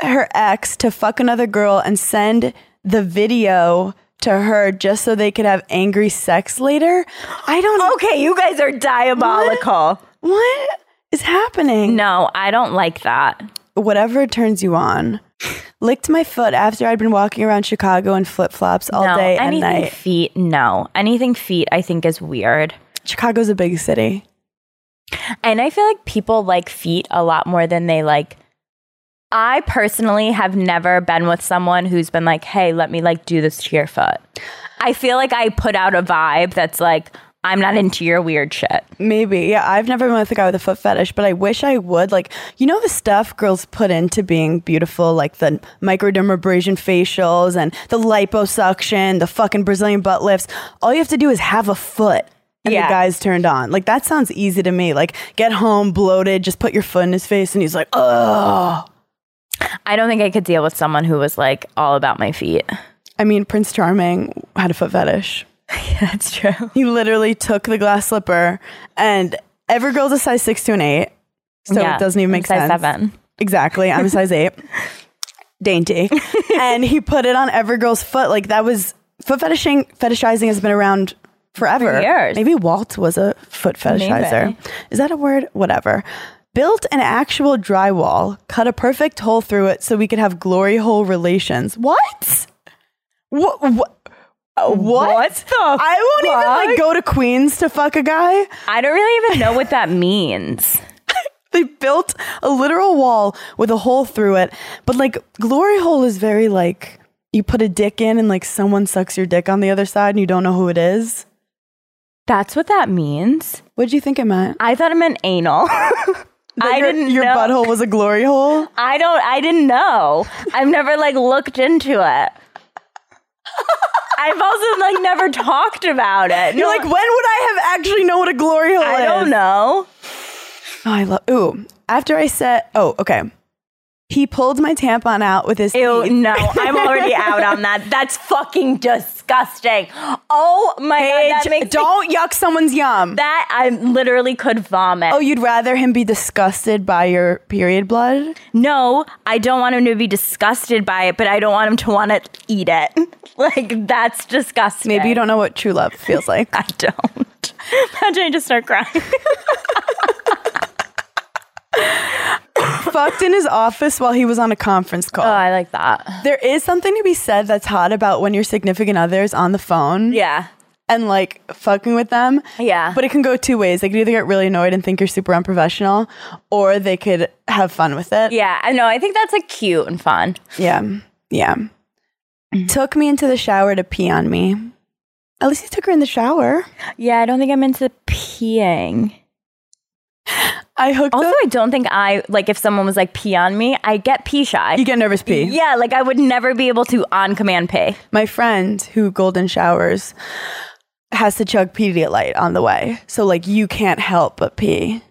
S5: her ex to fuck another girl and send the video to her just so they could have angry sex later. I don't
S2: okay, you guys are diabolical.
S5: what is happening.
S2: No, I don't like that.
S5: whatever turns you on. Licked my foot after I'd been walking around Chicago in flip flops all
S2: no,
S5: day and
S2: anything
S5: night.
S2: feet, no. Anything feet, I think is weird.
S5: Chicago's a big city.
S2: And I feel like people like feet a lot more than they like. I personally have never been with someone who's been like, hey, let me like do this to your foot. I feel like I put out a vibe that's like, I'm not into your weird shit.
S5: Maybe. Yeah, I've never been with a guy with a foot fetish, but I wish I would. Like, you know, the stuff girls put into being beautiful, like the microdermabrasion facials and the liposuction, the fucking Brazilian butt lifts. All you have to do is have a foot. and
S2: Yeah.
S5: the guy's turned on. Like that sounds easy to me. Like get home bloated, just put your foot in his face, and he's like, "Oh."
S2: I don't think I could deal with someone who was like all about my feet.
S5: I mean, Prince Charming had a foot fetish.
S2: That's true.
S5: He literally took the glass slipper, and every girl's a size six to an eight, so it doesn't even make sense.
S2: Seven.
S5: Exactly. I'm a size eight. Dainty. and he put it on every girl's foot. Like that was foot fetishing fetishizing has been around forever.
S2: years.
S5: Maybe Walt was a foot fetishizer.
S2: Maybe.
S5: Is that a word? Whatever. Built an actual drywall, cut a perfect hole through it so we could have glory hole relations. What? What? What? What?
S2: What the
S5: I won't even
S2: fuck?
S5: like go to Queens to fuck a guy.
S2: I don't really even know what that means.
S5: They built a literal wall with a hole through it. But like glory hole is very like you put a dick in and like someone sucks your dick on the other side and you don't know who it is.
S2: That's what that means.
S5: What'd you think it meant?
S2: I thought it meant anal.
S5: That
S2: I
S5: your,
S2: didn't
S5: your
S2: know.
S5: butthole was a glory hole.
S2: I don't. I didn't know. I've never like looked into it. I've also like never talked about it.
S5: You're
S2: No,
S5: like, when would I have actually know what a glory hole is?
S2: I don't know.
S5: Oh, I love ooh. After I said oh, okay. He pulled my tampon out with his
S2: Ew,
S5: teeth.
S2: no, I'm already out on that. That's fucking disgusting. Oh my god, that
S5: Paige,
S2: makes me,
S5: don't yuck someone's yum.
S2: that I literally could vomit.
S5: oh, you'd rather him be disgusted by your period blood?
S2: No, I don't want him to be disgusted by it, but I don't want him to want to eat it. Like that's disgusting.
S5: Maybe you don't know what true love feels like.
S2: I don't. Imagine I just start crying.
S5: fucked in his office while he was on a conference call.
S2: I like that.
S5: there is something to be said that's hot about when your significant other is on the phone
S2: Yeah.
S5: and like fucking with them.
S2: Yeah.
S5: But it can go two ways. They could either get really annoyed and think you're super unprofessional, or they could have fun with it.
S2: Yeah, I know. I think that's like cute and fun.
S5: Yeah. Yeah.
S2: Mm-hmm.
S5: Took me into the shower to pee on me. At least he took her in the shower.
S2: Yeah, I don't think I'm into peeing.
S5: I hooked
S2: Also,
S5: up.
S2: I don't think I like if someone was like pee on me, I get pee shy.
S5: You get nervous pee.
S2: Yeah, like I would never be able to on command pay.
S5: My friend who golden showers has to chug Pedialyte on the way. So like you can't help but pee.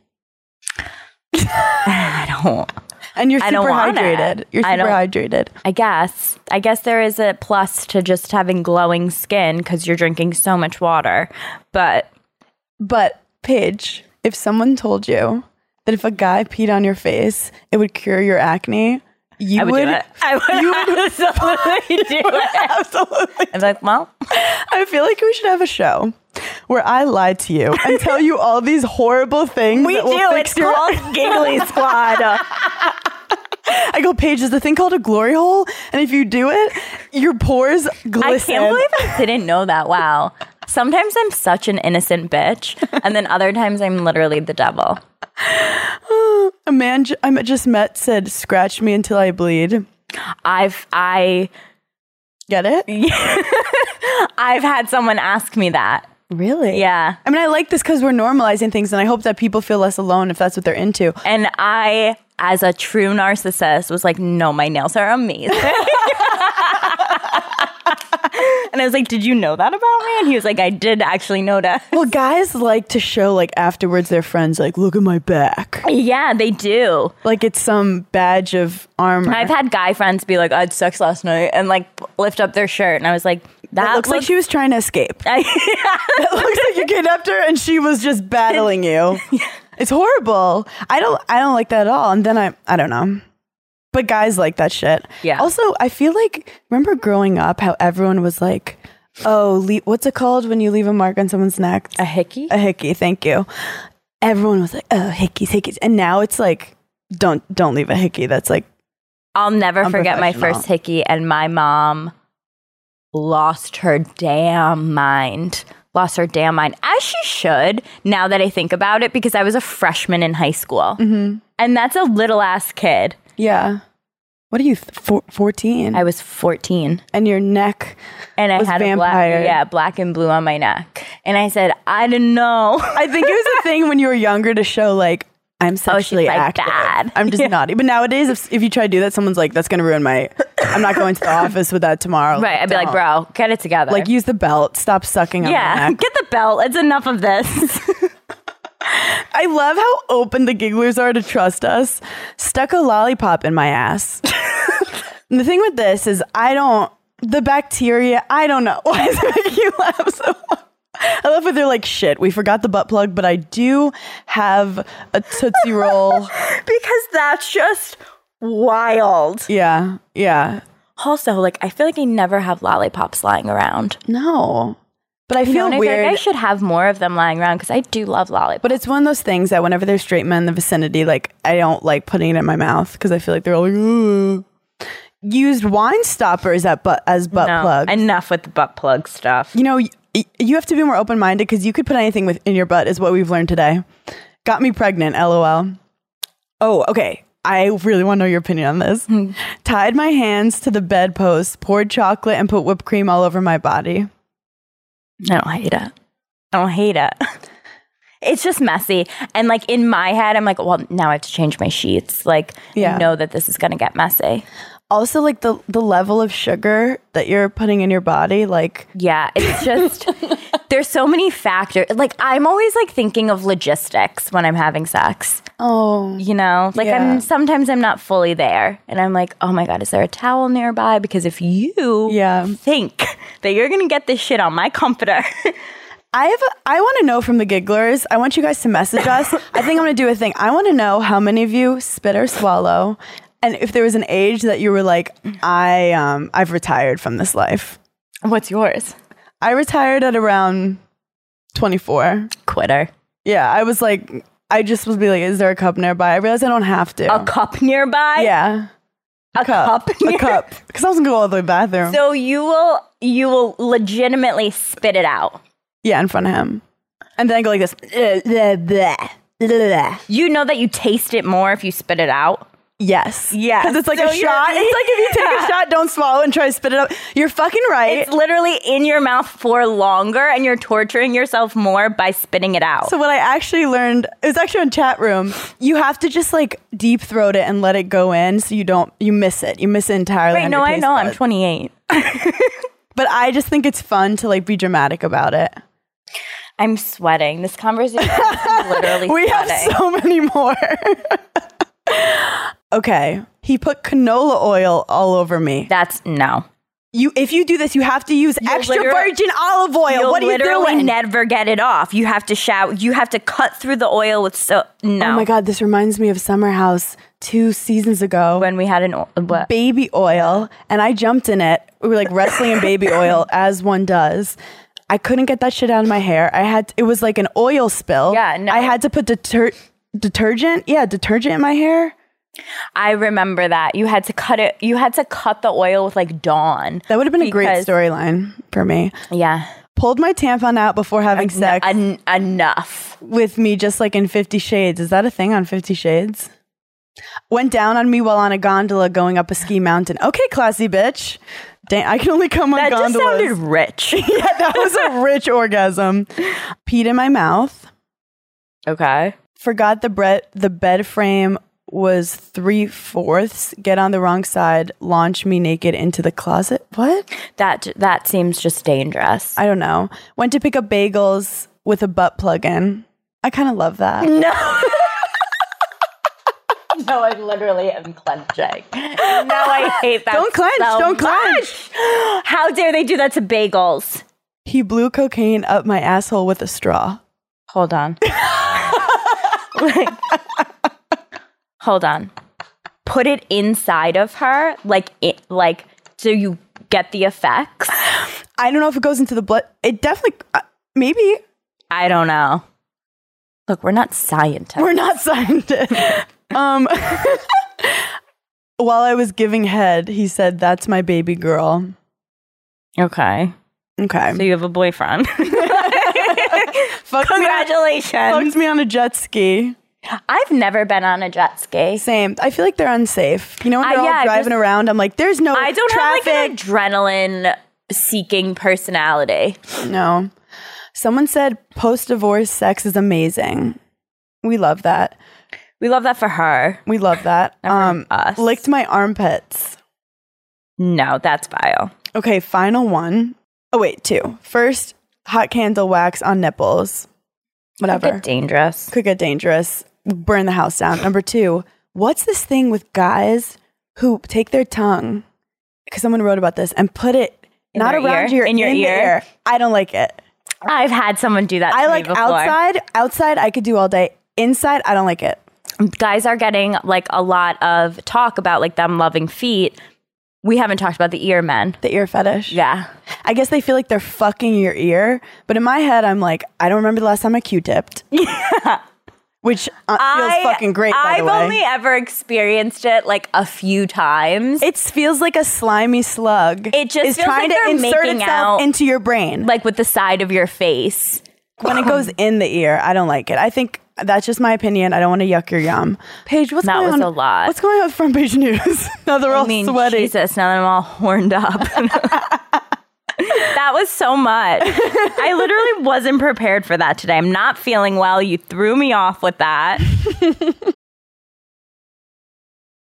S2: I don't.
S5: And you're
S2: I
S5: super
S2: don't want it.
S5: hydrated. You're
S2: I
S5: super hydrated.
S2: I guess. I guess there is a plus to just having glowing skin because you're drinking so much water. But
S5: But Paige, if someone told you that if a guy peed on your face, it would cure your acne, you
S2: I would, do it. I would
S5: you
S2: absolutely do it.
S5: absolutely.
S2: I'm like, well,
S5: I feel like we should have a show where I lie to you and tell you all these horrible things.
S2: we
S5: that
S2: do.
S5: will fix
S2: It's
S5: your-
S2: called Giggly Squad.
S5: I go, Paige, there's a thing called a glory hole, and if you do it, your pores
S2: I
S5: glisten.
S2: can't believe I didn't know that. Wow. Sometimes I'm such an innocent bitch, and then other times I'm literally the devil.
S5: a man j- I just met said, "Scratch me until I bleed."
S2: I've I
S5: Get it?
S2: I've had someone ask me that.
S5: Really?
S2: Yeah.
S5: I mean, I like this because we're normalizing things, and I hope that people feel less alone if that's what they're into.
S2: And I, as a true narcissist, was like, no, my nails are amazing. and I was like, did you know that about me? And he was like, I did actually know that.
S5: Well, guys like to show like afterwards their friends, like, look at my back,
S2: yeah, they do.
S5: like it's some badge of armor.
S2: I've had guy friends be like, I had sex last night and like lift up their shirt. And I was like, that,
S5: it looks like she was trying to escape.
S2: I,
S5: it looks like you kidnapped her and she was just battling you. It's horrible. I don't. I don't like that at all. And then I. I don't know. But guys like that shit.
S2: Yeah.
S5: Also, I feel like remember growing up how everyone was like, "Oh, le- what's it called when you leave a mark on someone's neck?"
S2: a hickey?
S5: a hickey. Thank you. Everyone was like, "Oh, hickeys, hickeys," and now it's like, "Don't don't leave a hickey." That's like,
S2: I'll never forget my
S5: Unprofessional.
S2: first hickey, and my mom lost her damn mind. Lost her damn mind, as she should, now that I think about it, because I was a freshman in high school. And that's a little ass kid.
S5: yeah. What are you, th- four, 14?
S2: I was 14.
S5: and your neck.
S2: And I
S5: Was
S2: had a
S5: vampired.
S2: black, yeah, black and blue on my neck. And I said, I didn't know.
S5: I think it was a thing when you were younger to show like,
S2: Oh,
S5: I'm sexually
S2: like
S5: active.
S2: that.
S5: I'm just naughty. But nowadays, if, if you try to do that, someone's like, "That's gonna ruin my. I'm not going to the office with that tomorrow."
S2: Right. I'd be like,
S5: Don't.
S2: bro, get it together.
S5: Like, use the belt. Stop sucking on my
S2: yeah,
S5: neck.
S2: get the belt. It's enough of this.
S5: I love how open the gigglers are to trust us. Stuck a lollipop in my ass. And the thing with this is, I don't. The bacteria. I don't know why is it making you laugh so. much? I love how they're like, shit, we forgot the butt plug, but I do have a Tootsie Roll.
S2: because that's just wild.
S5: yeah, yeah.
S2: Also, like I feel like I never have lollipops lying around.
S5: No. But I
S2: You know,
S5: feel
S2: and I feel
S5: weird.
S2: like I should have more of them lying around because I do love lollipops.
S5: But it's one of those things that whenever there's straight men in the vicinity, like I don't like putting it in my mouth because I feel like they're all like, Ooh. used wine stoppers at butt as butt
S2: No,
S5: plugs.
S2: Enough with the butt plug stuff.
S5: you know, y- y- you have to be more open minded because you could put anything with in your butt is what we've learned today. Got me pregnant, lol. Oh, okay. I really want to know your opinion on this. Tied my hands to the bedpost, poured chocolate, and put whipped cream all over my body.
S2: I don't hate it. I don't hate it. It's just messy. And like in my head, I'm like, well, now I have to change my sheets. Like,
S5: Yeah.
S2: I know that this is going to get messy.
S5: Also, like the the level of sugar that you're putting in your body, like
S2: Yeah, it's just there's so many factors. Like I'm always like thinking of logistics when I'm having sex.
S5: oh
S2: You know, like
S5: Yeah.
S2: I'm sometimes I'm not fully there, and I'm like, oh my god, is there a towel nearby? Because if you
S5: Yeah.
S2: think that you're gonna get this shit on my comforter,
S5: I have. A, I want to know from the gigglers. I want you guys to message us. I think I'm going to do a thing. I want to know how many of you spit or swallow, and if there was an age that you were like, I um, I've retired from this life.
S2: what's yours?
S5: I retired at around 24.
S2: Quitter.
S5: Yeah, I was like, I just was be like, is there a cup nearby? I realized I don't have to.
S2: A cup nearby.
S5: yeah,
S2: a cup.
S5: a
S2: near-
S5: cup. Because I was gonna go all the way to the bathroom.
S2: So you will you will legitimately spit it out.
S5: yeah, in front of him, and then I go like this. Blah, blah, blah.
S2: You know that you taste it more if you spit it out.
S5: Yes.
S2: Yes.
S5: Because it's like
S2: So
S5: a
S2: you're-
S5: shot. It's like if you take
S2: Yeah.
S5: a shot, don't swallow and try to spit it up. You're fucking right.
S2: It's literally in your mouth for longer, and you're torturing yourself more by spitting it out.
S5: so what I actually learned, it was actually in chat room. You have to just like deep throat it and let it go in, so you don't you miss it. You miss it entirely.
S2: Wait,
S5: on
S2: no,
S5: your
S2: I
S5: taste
S2: know. I'm
S5: buds.
S2: 28.
S5: But I just think it's fun to like be dramatic about it.
S2: I'm sweating. This conversation is literally
S5: We have
S2: sweating.
S5: so many more. okay, he put canola oil all over me.
S2: That's no.
S5: You, if you do this, you have to use extra
S2: literal-
S5: virgin olive oil.
S2: You'll
S5: What are you
S2: literally
S5: doing?
S2: never get it off. You have to shout. You have to cut through the oil with so. No.
S5: Oh my god, this reminds me of Summer House two seasons ago.
S2: When we had an o- uh, what?
S5: baby oil, and I jumped in it. We were like wrestling in baby oil, as one does. I couldn't get that shit out of my hair. I had it was like an oil spill.
S2: Yeah, no.
S5: I had to put deter- detergent. Yeah, detergent in my hair.
S2: I remember that you had to cut it. You had to cut the oil with like Dawn.
S5: That would have been a great
S2: Because-
S5: storyline for me.
S2: Yeah.
S5: Pulled my tampon out before having sex
S2: En- enough.
S5: with me, just like in Fifty Shades. Is that a thing on Fifty Shades? Went down on me while on a gondola going up a ski mountain. Okay, classy bitch. Damn, I can only come on
S2: That just
S5: gondolas.
S2: sounded rich.
S5: yeah, that was a rich orgasm. Peed in my mouth.
S2: okay.
S5: Forgot the bread. The bed frame was three fourths. Get on the wrong side. Launch me naked into the closet. What?
S2: That that seems just dangerous.
S5: I don't know. Went to pick up bagels with a butt plug in. I kind of love that.
S2: no. no, I literally am clenching. No, I hate that.
S5: Don't clench.
S2: so
S5: don't
S2: much.
S5: clench.
S2: How dare they do that to bagels?
S5: He blew cocaine up my asshole with a straw.
S2: Hold on. Like, hold on. Put it inside of her, like it, like so you get the effects.
S5: I don't know if it goes into the blood. It definitely, uh, maybe.
S2: I don't know. Look, we're not scientists.
S5: We're not scientists. um, while I was giving head, he said, "That's my baby girl."
S2: okay.
S5: Okay,
S2: So you have a boyfriend.
S5: fucked, me on,
S2: Congratulations.
S5: fucked me on a jet ski.
S2: I've never been on a jet ski.
S5: Same. I feel like they're unsafe. You know, when
S2: Uh,
S5: they're
S2: yeah,
S5: all driving
S2: just-
S5: around, I'm like, "There's no
S2: I don't
S5: traffic."
S2: have like an adrenaline seeking personality.
S5: No. Someone said post divorce sex is amazing. We love that.
S2: We love that for her.
S5: We love that. Um,
S2: us.
S5: licked my armpits.
S2: No, that's vile.
S5: Okay, final one. Oh wait, two. First, hot candle wax on nipples. Whatever.
S2: Get dangerous.
S5: could get dangerous. Burn the house down. Number two, what's this thing with guys who take their tongue? Because someone wrote about this and put it
S2: In
S5: not
S2: their
S5: around
S2: ear?
S5: your
S2: In your
S5: the
S2: ear?
S5: I don't like it.
S2: I've had someone do that. To
S5: I
S2: me
S5: like
S2: before.
S5: outside. Outside, I could do all day. Inside, I don't like it.
S2: guys are getting like a lot of talk about like them loving feet. We haven't talked about the ear men.
S5: The ear fetish.
S2: Yeah.
S5: I guess they feel like they're fucking your ear, but in my head, I'm like, I don't remember the last time I Q-tipped. Yeah. Which uh, feels fucking great. by
S2: I've
S5: the way.
S2: only ever experienced it like a few times.
S5: It feels like a slimy slug.
S2: It just
S5: is
S2: feels
S5: trying
S2: like
S5: to
S2: they're
S5: insert
S2: making
S5: itself
S2: out-
S5: into your brain.
S2: like with the side of your face.
S5: when it goes in the ear, I don't like it. I think that's just my opinion. I don't want to yuck your yum. Paige, what's
S2: That
S5: going
S2: was
S5: on?
S2: a lot.
S5: What's going on with front page news? now they're all
S2: I mean,
S5: sweaty.
S2: Jesus, now that I'm all horned up. that was so much. I literally wasn't prepared for that today. I'm not feeling well. You threw me off with that.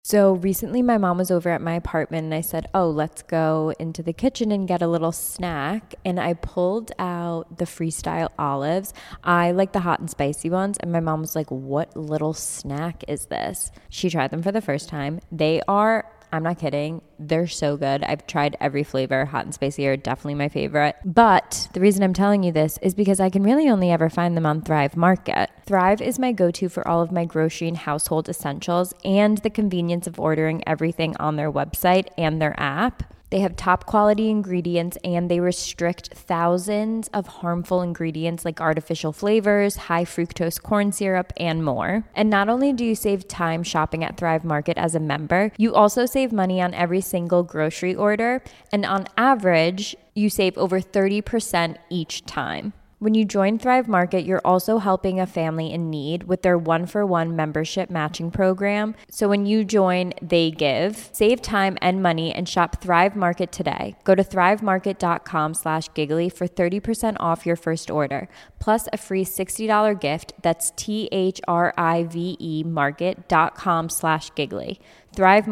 S1: So recently, my mom was over at my apartment and I said, Oh, let's go into the kitchen and get a little snack. And I pulled out the freestyle olives. I like the hot and spicy ones. And my mom was like, What little snack is this? She tried them for the first time. They are, I'm not kidding, they're so good. I've tried every flavor. Hot and spicy are definitely my favorite. But the reason I'm telling you this is because I can really only ever find them on Thrive Market. Thrive is my go to for all of my grocery and household essentials and the convenience of ordering everything on their website and their app. They have top quality ingredients and they restrict thousands of harmful ingredients like artificial flavors, high fructose corn syrup, and more. And not only do you save time shopping at Thrive Market as a member, you also save money on every single grocery order. And on average, you save over 30% each time. When you join Thrive Market, you're also helping a family in need with their one for one membership matching program. So when you join, they give. Save time and money and shop Thrive Market today. Go to thrivemarket.com slash giggly for 30% off your first order, plus a free $60 gift. That's T H R I V E market.com slash giggly.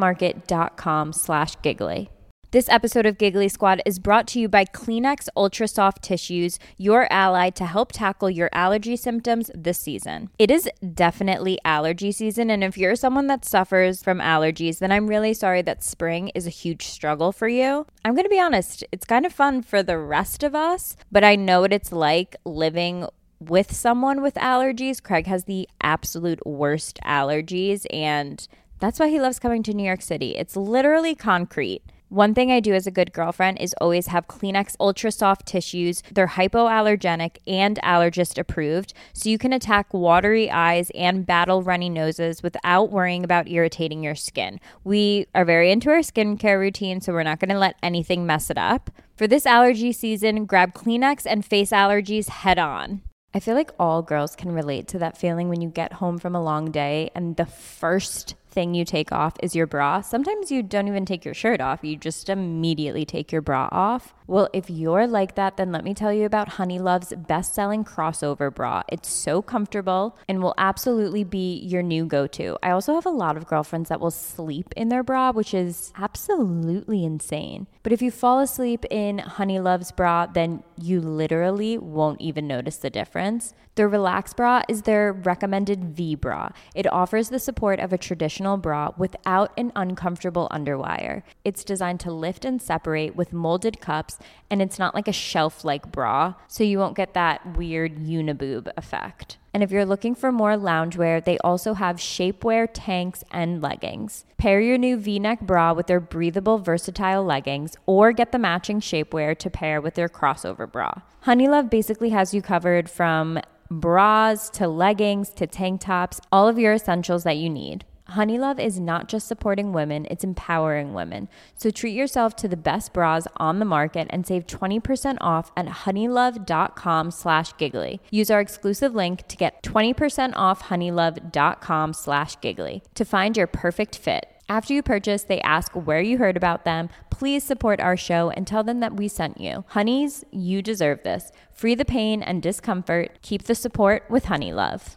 S1: Thrivemarket.com slash giggly. This episode of Giggly Squad is brought to you by Kleenex Ultra Soft Tissues, your ally to help tackle your allergy symptoms this season. It is definitely allergy season, and if you're someone that suffers from allergies, then I'm really sorry that spring is a huge struggle for you. I'm gonna be honest, it's kind of fun for the rest of us, but I know what it's like living with someone with allergies. Craig has the absolute worst allergies, and that's why he loves coming to New York City. It's literally concrete. One thing I do as a good girlfriend is always have Kleenex Ultra Soft tissues. They're hypoallergenic and allergist approved, so you can attack watery eyes and battle runny noses without worrying about irritating your skin. We are very into our skincare routine, so we're not going to let anything mess it up. For this allergy season, grab Kleenex and face allergies head on. I feel like all girls can relate to that feeling when you get home from a long day and the first thing you take off is your bra. Sometimes you don't even take your shirt off, you just immediately take your bra off. Well, if you're like that, then let me tell you about Honey Love's best selling crossover bra. It's so comfortable and will absolutely be your new go to. I also have a lot of girlfriends that will sleep in their bra, which is absolutely insane. But if you fall asleep in Honey Love's bra, then you literally won't even notice the difference. Their Relax Bra is their recommended V bra. It offers the support of a traditional bra without an uncomfortable underwire. It's designed to lift and separate with molded cups, and it's not like a shelf like bra, so you won't get that weird uniboob effect. And if you're looking for more loungewear, they also have shapewear, tanks, and leggings. Pair your new v neck bra with their breathable, versatile leggings, or get the matching shapewear to pair with their crossover bra. Honeylove basically has you covered from bras to leggings to tank tops, all of your essentials that you need. Honeylove is not just supporting women, it's empowering women. So treat yourself to the best bras on the market and save 20% off at honeylove.com slash giggly. Use our exclusive link to get 20% off honeylove.com slash giggly to find your perfect fit. After you purchase, they ask where you heard about them. Please support our show and tell them that we sent you. Honeys, you deserve this. Free the pain and discomfort. Keep the support with Honeylove.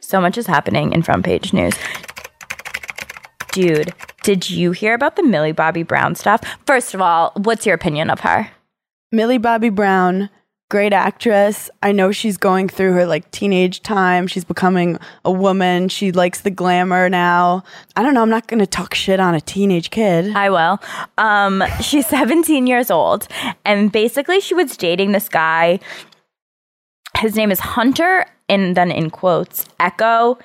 S2: So much is happening in front page news. Dude, did you hear about the Millie Bobby Brown stuff? First of all, what's your opinion of her?
S5: Millie Bobby Brown, great actress. I know she's going through her like teenage time. She's becoming a woman. She likes the glamour now. I don't know. I'm not going to talk shit on a teenage kid.
S2: I will. Um, she's 17 years old, and basically, she was dating this guy. His name is Hunter, and then in quotes, Echo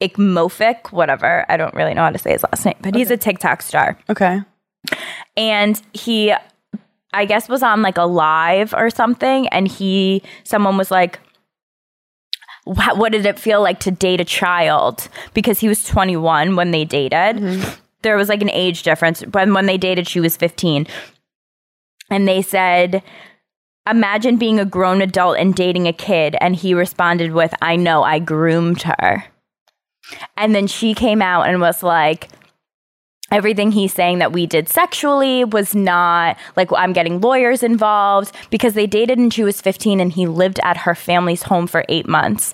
S2: Ikmofic, whatever. I don't really know how to say his last name, but he's a TikTok star.
S5: Okay.
S2: and he i guess was on like a live or something and he someone was like "Wha- what did it feel like to date a child because he was 21 when they dated there was like an age difference when when they dated she was 15 and they said imagine being a grown adult and dating a kid and he responded with i know i groomed her and then she came out and was like everything he's saying that we did sexually was not like I'm getting lawyers involved because they dated and she was 15 and he lived at her family's home for 8 months.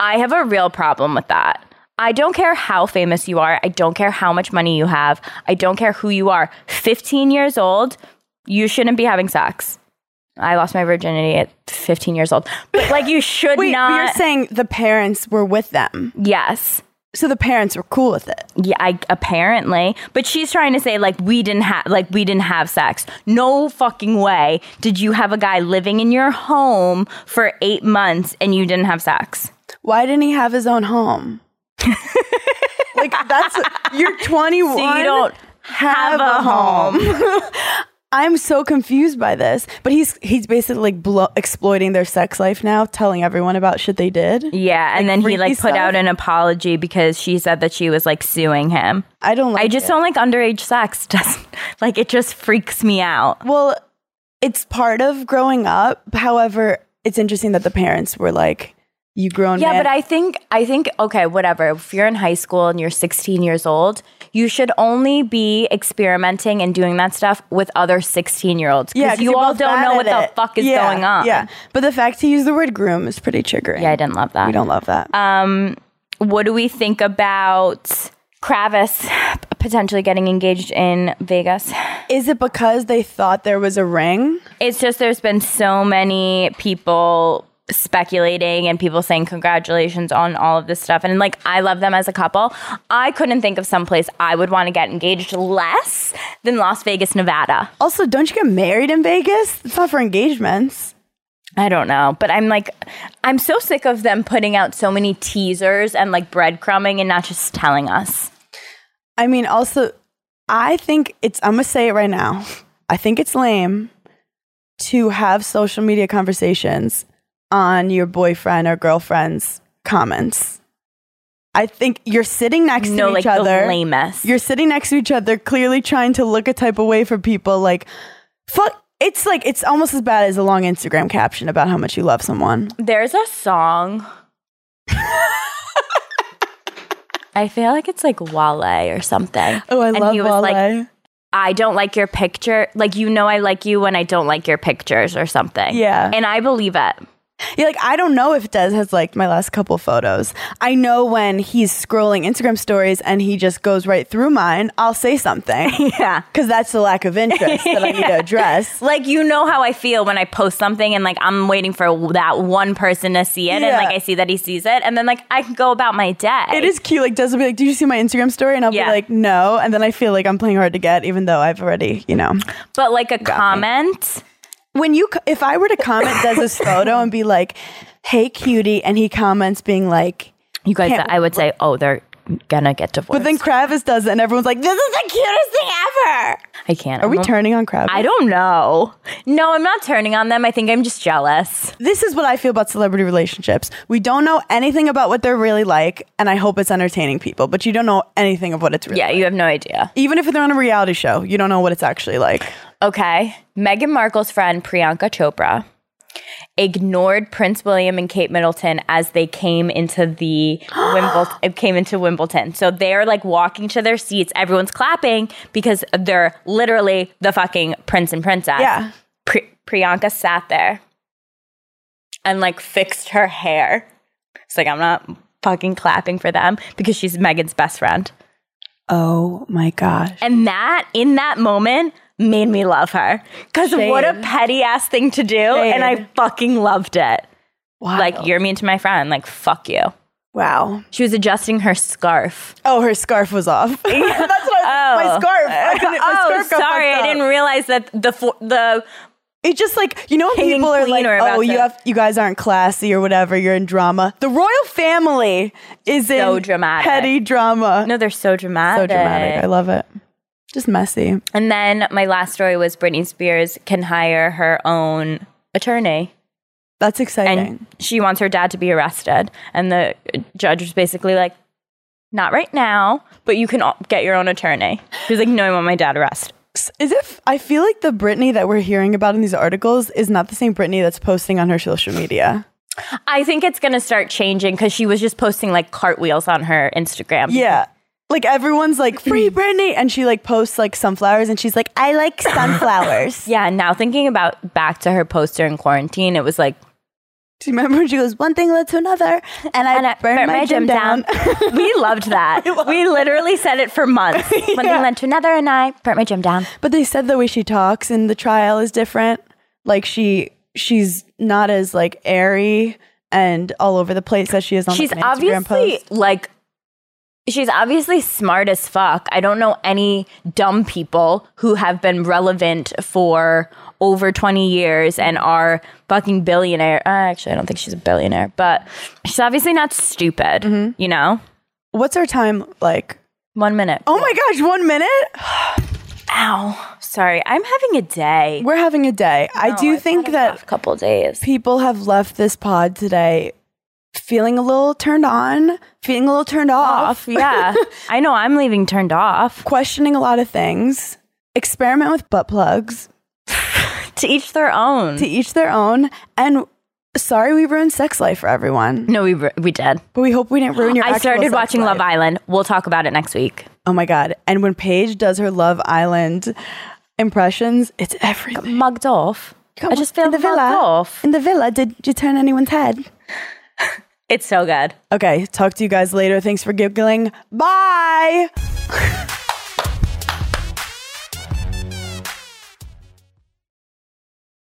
S2: I have a real problem with that. I don't care how famous you are. I don't care how much money you have. I don't care who you are. 15 years old, you shouldn't be having sex. I lost my virginity at 15 years old. But like you should
S5: Wait,
S2: not
S5: you're saying the parents were with them.
S2: Yes.
S5: So the parents were cool with it.
S2: yeah I, apparently but she's trying to say like we didn't have like we didn't have sex no fucking way did you have a guy living in your home for eight months and you didn't have sex
S5: Why didn't he have his own home? like that's you're 21.
S2: so you don't have, a home,
S5: I'm so confused by this. But he's he's basically like blo- exploiting their sex life now, telling everyone about shit they did.
S2: yeah and then he
S5: freaky
S2: like put
S5: stuff?
S2: out an apology because she said that she was like suing him
S5: I don't like
S2: i just
S5: it.
S2: don't like underage sex doesn't like it just freaks me out
S5: Well, it's part of growing up. However, it's interesting that the parents were like, "You grown
S2: Yeah,
S5: man."
S2: but I think I think okay, whatever. If you're in high school and you're 16 years old, you should only be experimenting and doing that stuff with other 16 year olds.
S5: yeah, 'cause
S2: you
S5: you're
S2: all
S5: both
S2: don't
S5: bad
S2: know
S5: at
S2: what the
S5: it.
S2: fuck is
S5: Yeah,
S2: going on.
S5: Yeah, but the fact he used the word groom is pretty triggering.
S2: yeah, I didn't love that.
S5: We don't love that.
S2: What do we think about Kravis potentially getting engaged in Vegas?
S5: is it because they thought there was a ring?
S2: It's just there's been so many people speculating and people saying congratulations on all of this stuff and like I love them as a couple. I couldn't think of some place I would want to get engaged less than Las Vegas, Nevada.
S5: Also, don't you get married in Vegas? It's not for engagements.
S2: I don't know, but I'm like I'm so sick of them putting out so many teasers and like breadcrumbing and not just telling us.
S5: I mean, also, I think it's, I'm going to say it right now. I think it's lame to have social media conversations on your boyfriend or girlfriend's comments. I think you're sitting next
S2: no
S5: to
S2: like
S5: each other.
S2: the lamest.
S5: You're sitting next to each other, clearly trying to look a type of way for people. Like, fuck. It's like, it's almost as bad as a long Instagram caption about how much you love someone.
S2: There's a song. I feel like it's like Wale or something.
S5: Oh, I
S2: and
S5: love
S2: he was like,
S5: Wale.
S2: I don't like your picture. Like you know, I like you when I don't like your pictures or something.
S5: Yeah.
S2: and I believe it.
S5: Yeah, like I don't know if Des has liked my last couple photos. I know when he's scrolling Instagram stories and he just goes right through mine, I'll say something.
S2: Yeah.
S5: Cause that's the lack of interest that I need to address.
S2: Like you know how I feel when I post something and like I'm waiting for that one person to see it, and
S5: Yeah.
S2: like I see that he sees it, and then like I can go about my day.
S5: It is cute. Like Des will be like, Did you see my Instagram story? And I'll
S2: Yeah.
S5: be like, No. And then I feel like I'm playing hard to get, even though I've already, you know.
S2: but like a comment.
S5: When you co- if I were to comment Des's photo and be like, Hey cutie, and he comments being like,
S2: You guys,
S5: Can't-
S2: I would say, oh, they're gonna get divorced.
S5: But then Kravis does it, and everyone's like, "This is the cutest thing ever."
S2: I can't.
S5: Are we
S2: I'm-
S5: turning on Kravis?
S2: I don't know. No, I'm not turning on them. I think I'm just jealous.
S5: this is what I feel about celebrity relationships. We don't know anything about what they're really like, and I hope it's entertaining people. But you don't know anything of what it's really.
S2: Yeah, you have no idea.
S5: Even if they're on a reality show, you don't know what it's actually like.
S2: Okay. Meghan Markle's friend Priyanka Chopra ignored Prince William and Kate Middleton as they came into the Wimbledon came into Wimbledon. So they're like walking to their seats, everyone's clapping because they're literally the fucking prince and princess.
S5: Yeah.
S2: Pri- Priyanka sat there and like fixed her hair. It's like I'm not fucking clapping for them because she's Megan's best friend.
S5: Oh my gosh.
S2: And that, in that moment, made me love her. Because what a
S5: Shade.
S2: petty ass thing to do. And I
S5: Shade.
S2: fucking loved it.
S5: Wow.
S2: Like, you're mean to my friend. Like, fuck you.
S5: wow.
S2: She was adjusting her scarf.
S5: Oh, her scarf was off. That's what I
S2: Oh.
S5: was, my scarf. my
S2: oh,
S5: scarf got
S2: sorry.
S5: fucked
S2: I
S5: up.
S2: didn't realize that the fo- the
S5: It's just like you know when
S2: King and
S5: people are
S2: queen
S5: like,
S2: are about
S5: "Oh, you
S2: to-
S5: have you guys aren't classy or whatever. You're in drama." The royal family is
S2: So
S5: in
S2: dramatic.
S5: petty drama.
S2: no, they're so
S5: so
S2: dramatic.
S5: dramatic. I love it. Just messy.
S2: And then my last story was Britney Spears can hire her own attorney.
S5: That's exciting.
S2: and she wants her dad to be arrested. And the judge was basically like, not right now, but you can al- get your own attorney. He was like, no, I want my dad arrested.
S5: Is if I feel like the Britney that we're hearing about in these articles is not the same Britney that's posting on her social media.
S2: I think it's going to start changing because she was just posting like cartwheels on her Instagram.
S5: Yeah. Like everyone's like free Britney, and she like posts like sunflowers, and she's like, "I like sunflowers."
S2: Yeah. and Now thinking about back to her poster in quarantine, it was like,
S5: Do you remember when she goes, "One thing led to another," and I,
S2: and I
S5: burned, my, gym down.
S2: we loved that. we literally said it for months. One thing led to another, and I burnt my gym down.
S5: But they said the way she talks in the trial is different. Like she she's not as like airy and all over the place as she is on
S2: she's
S5: like, an Instagram
S2: obviously
S5: post.
S2: like she's obviously smart as fuck i don't know any dumb people who have been relevant for over 20 years and are fucking billionaire uh, actually i don't think she's a billionaire but she's obviously not stupid
S5: Mm-hmm.
S2: you know
S5: What's her time like?
S2: one minute
S5: Oh my gosh, one minute?
S2: ow sorry i'm having a day Oh,
S5: We're having a day. I do think that
S2: a couple days
S5: people have left this pod today feeling a little turned on, feeling a little turned off.
S2: yeah i know i'm leaving turned off
S5: Questioning a lot of things. Experiment with butt plugs
S2: to each their own
S5: to each their own. And sorry we ruined sex life for everyone.
S2: no we we did
S5: But we hope we didn't ruin your
S2: I
S5: actual
S2: started
S5: sex
S2: watching
S5: life.
S2: Love Island. We'll talk about it next week.
S5: Oh my god! And when Paige does her Love Island impressions, it's everything.
S2: Mugged off. I just feel
S5: in the
S2: mugged
S5: villa.
S2: off.
S5: In the villa, did you turn anyone's head?
S2: It's so good.
S5: Okay, talk to you guys later. Thanks for giggling. Bye.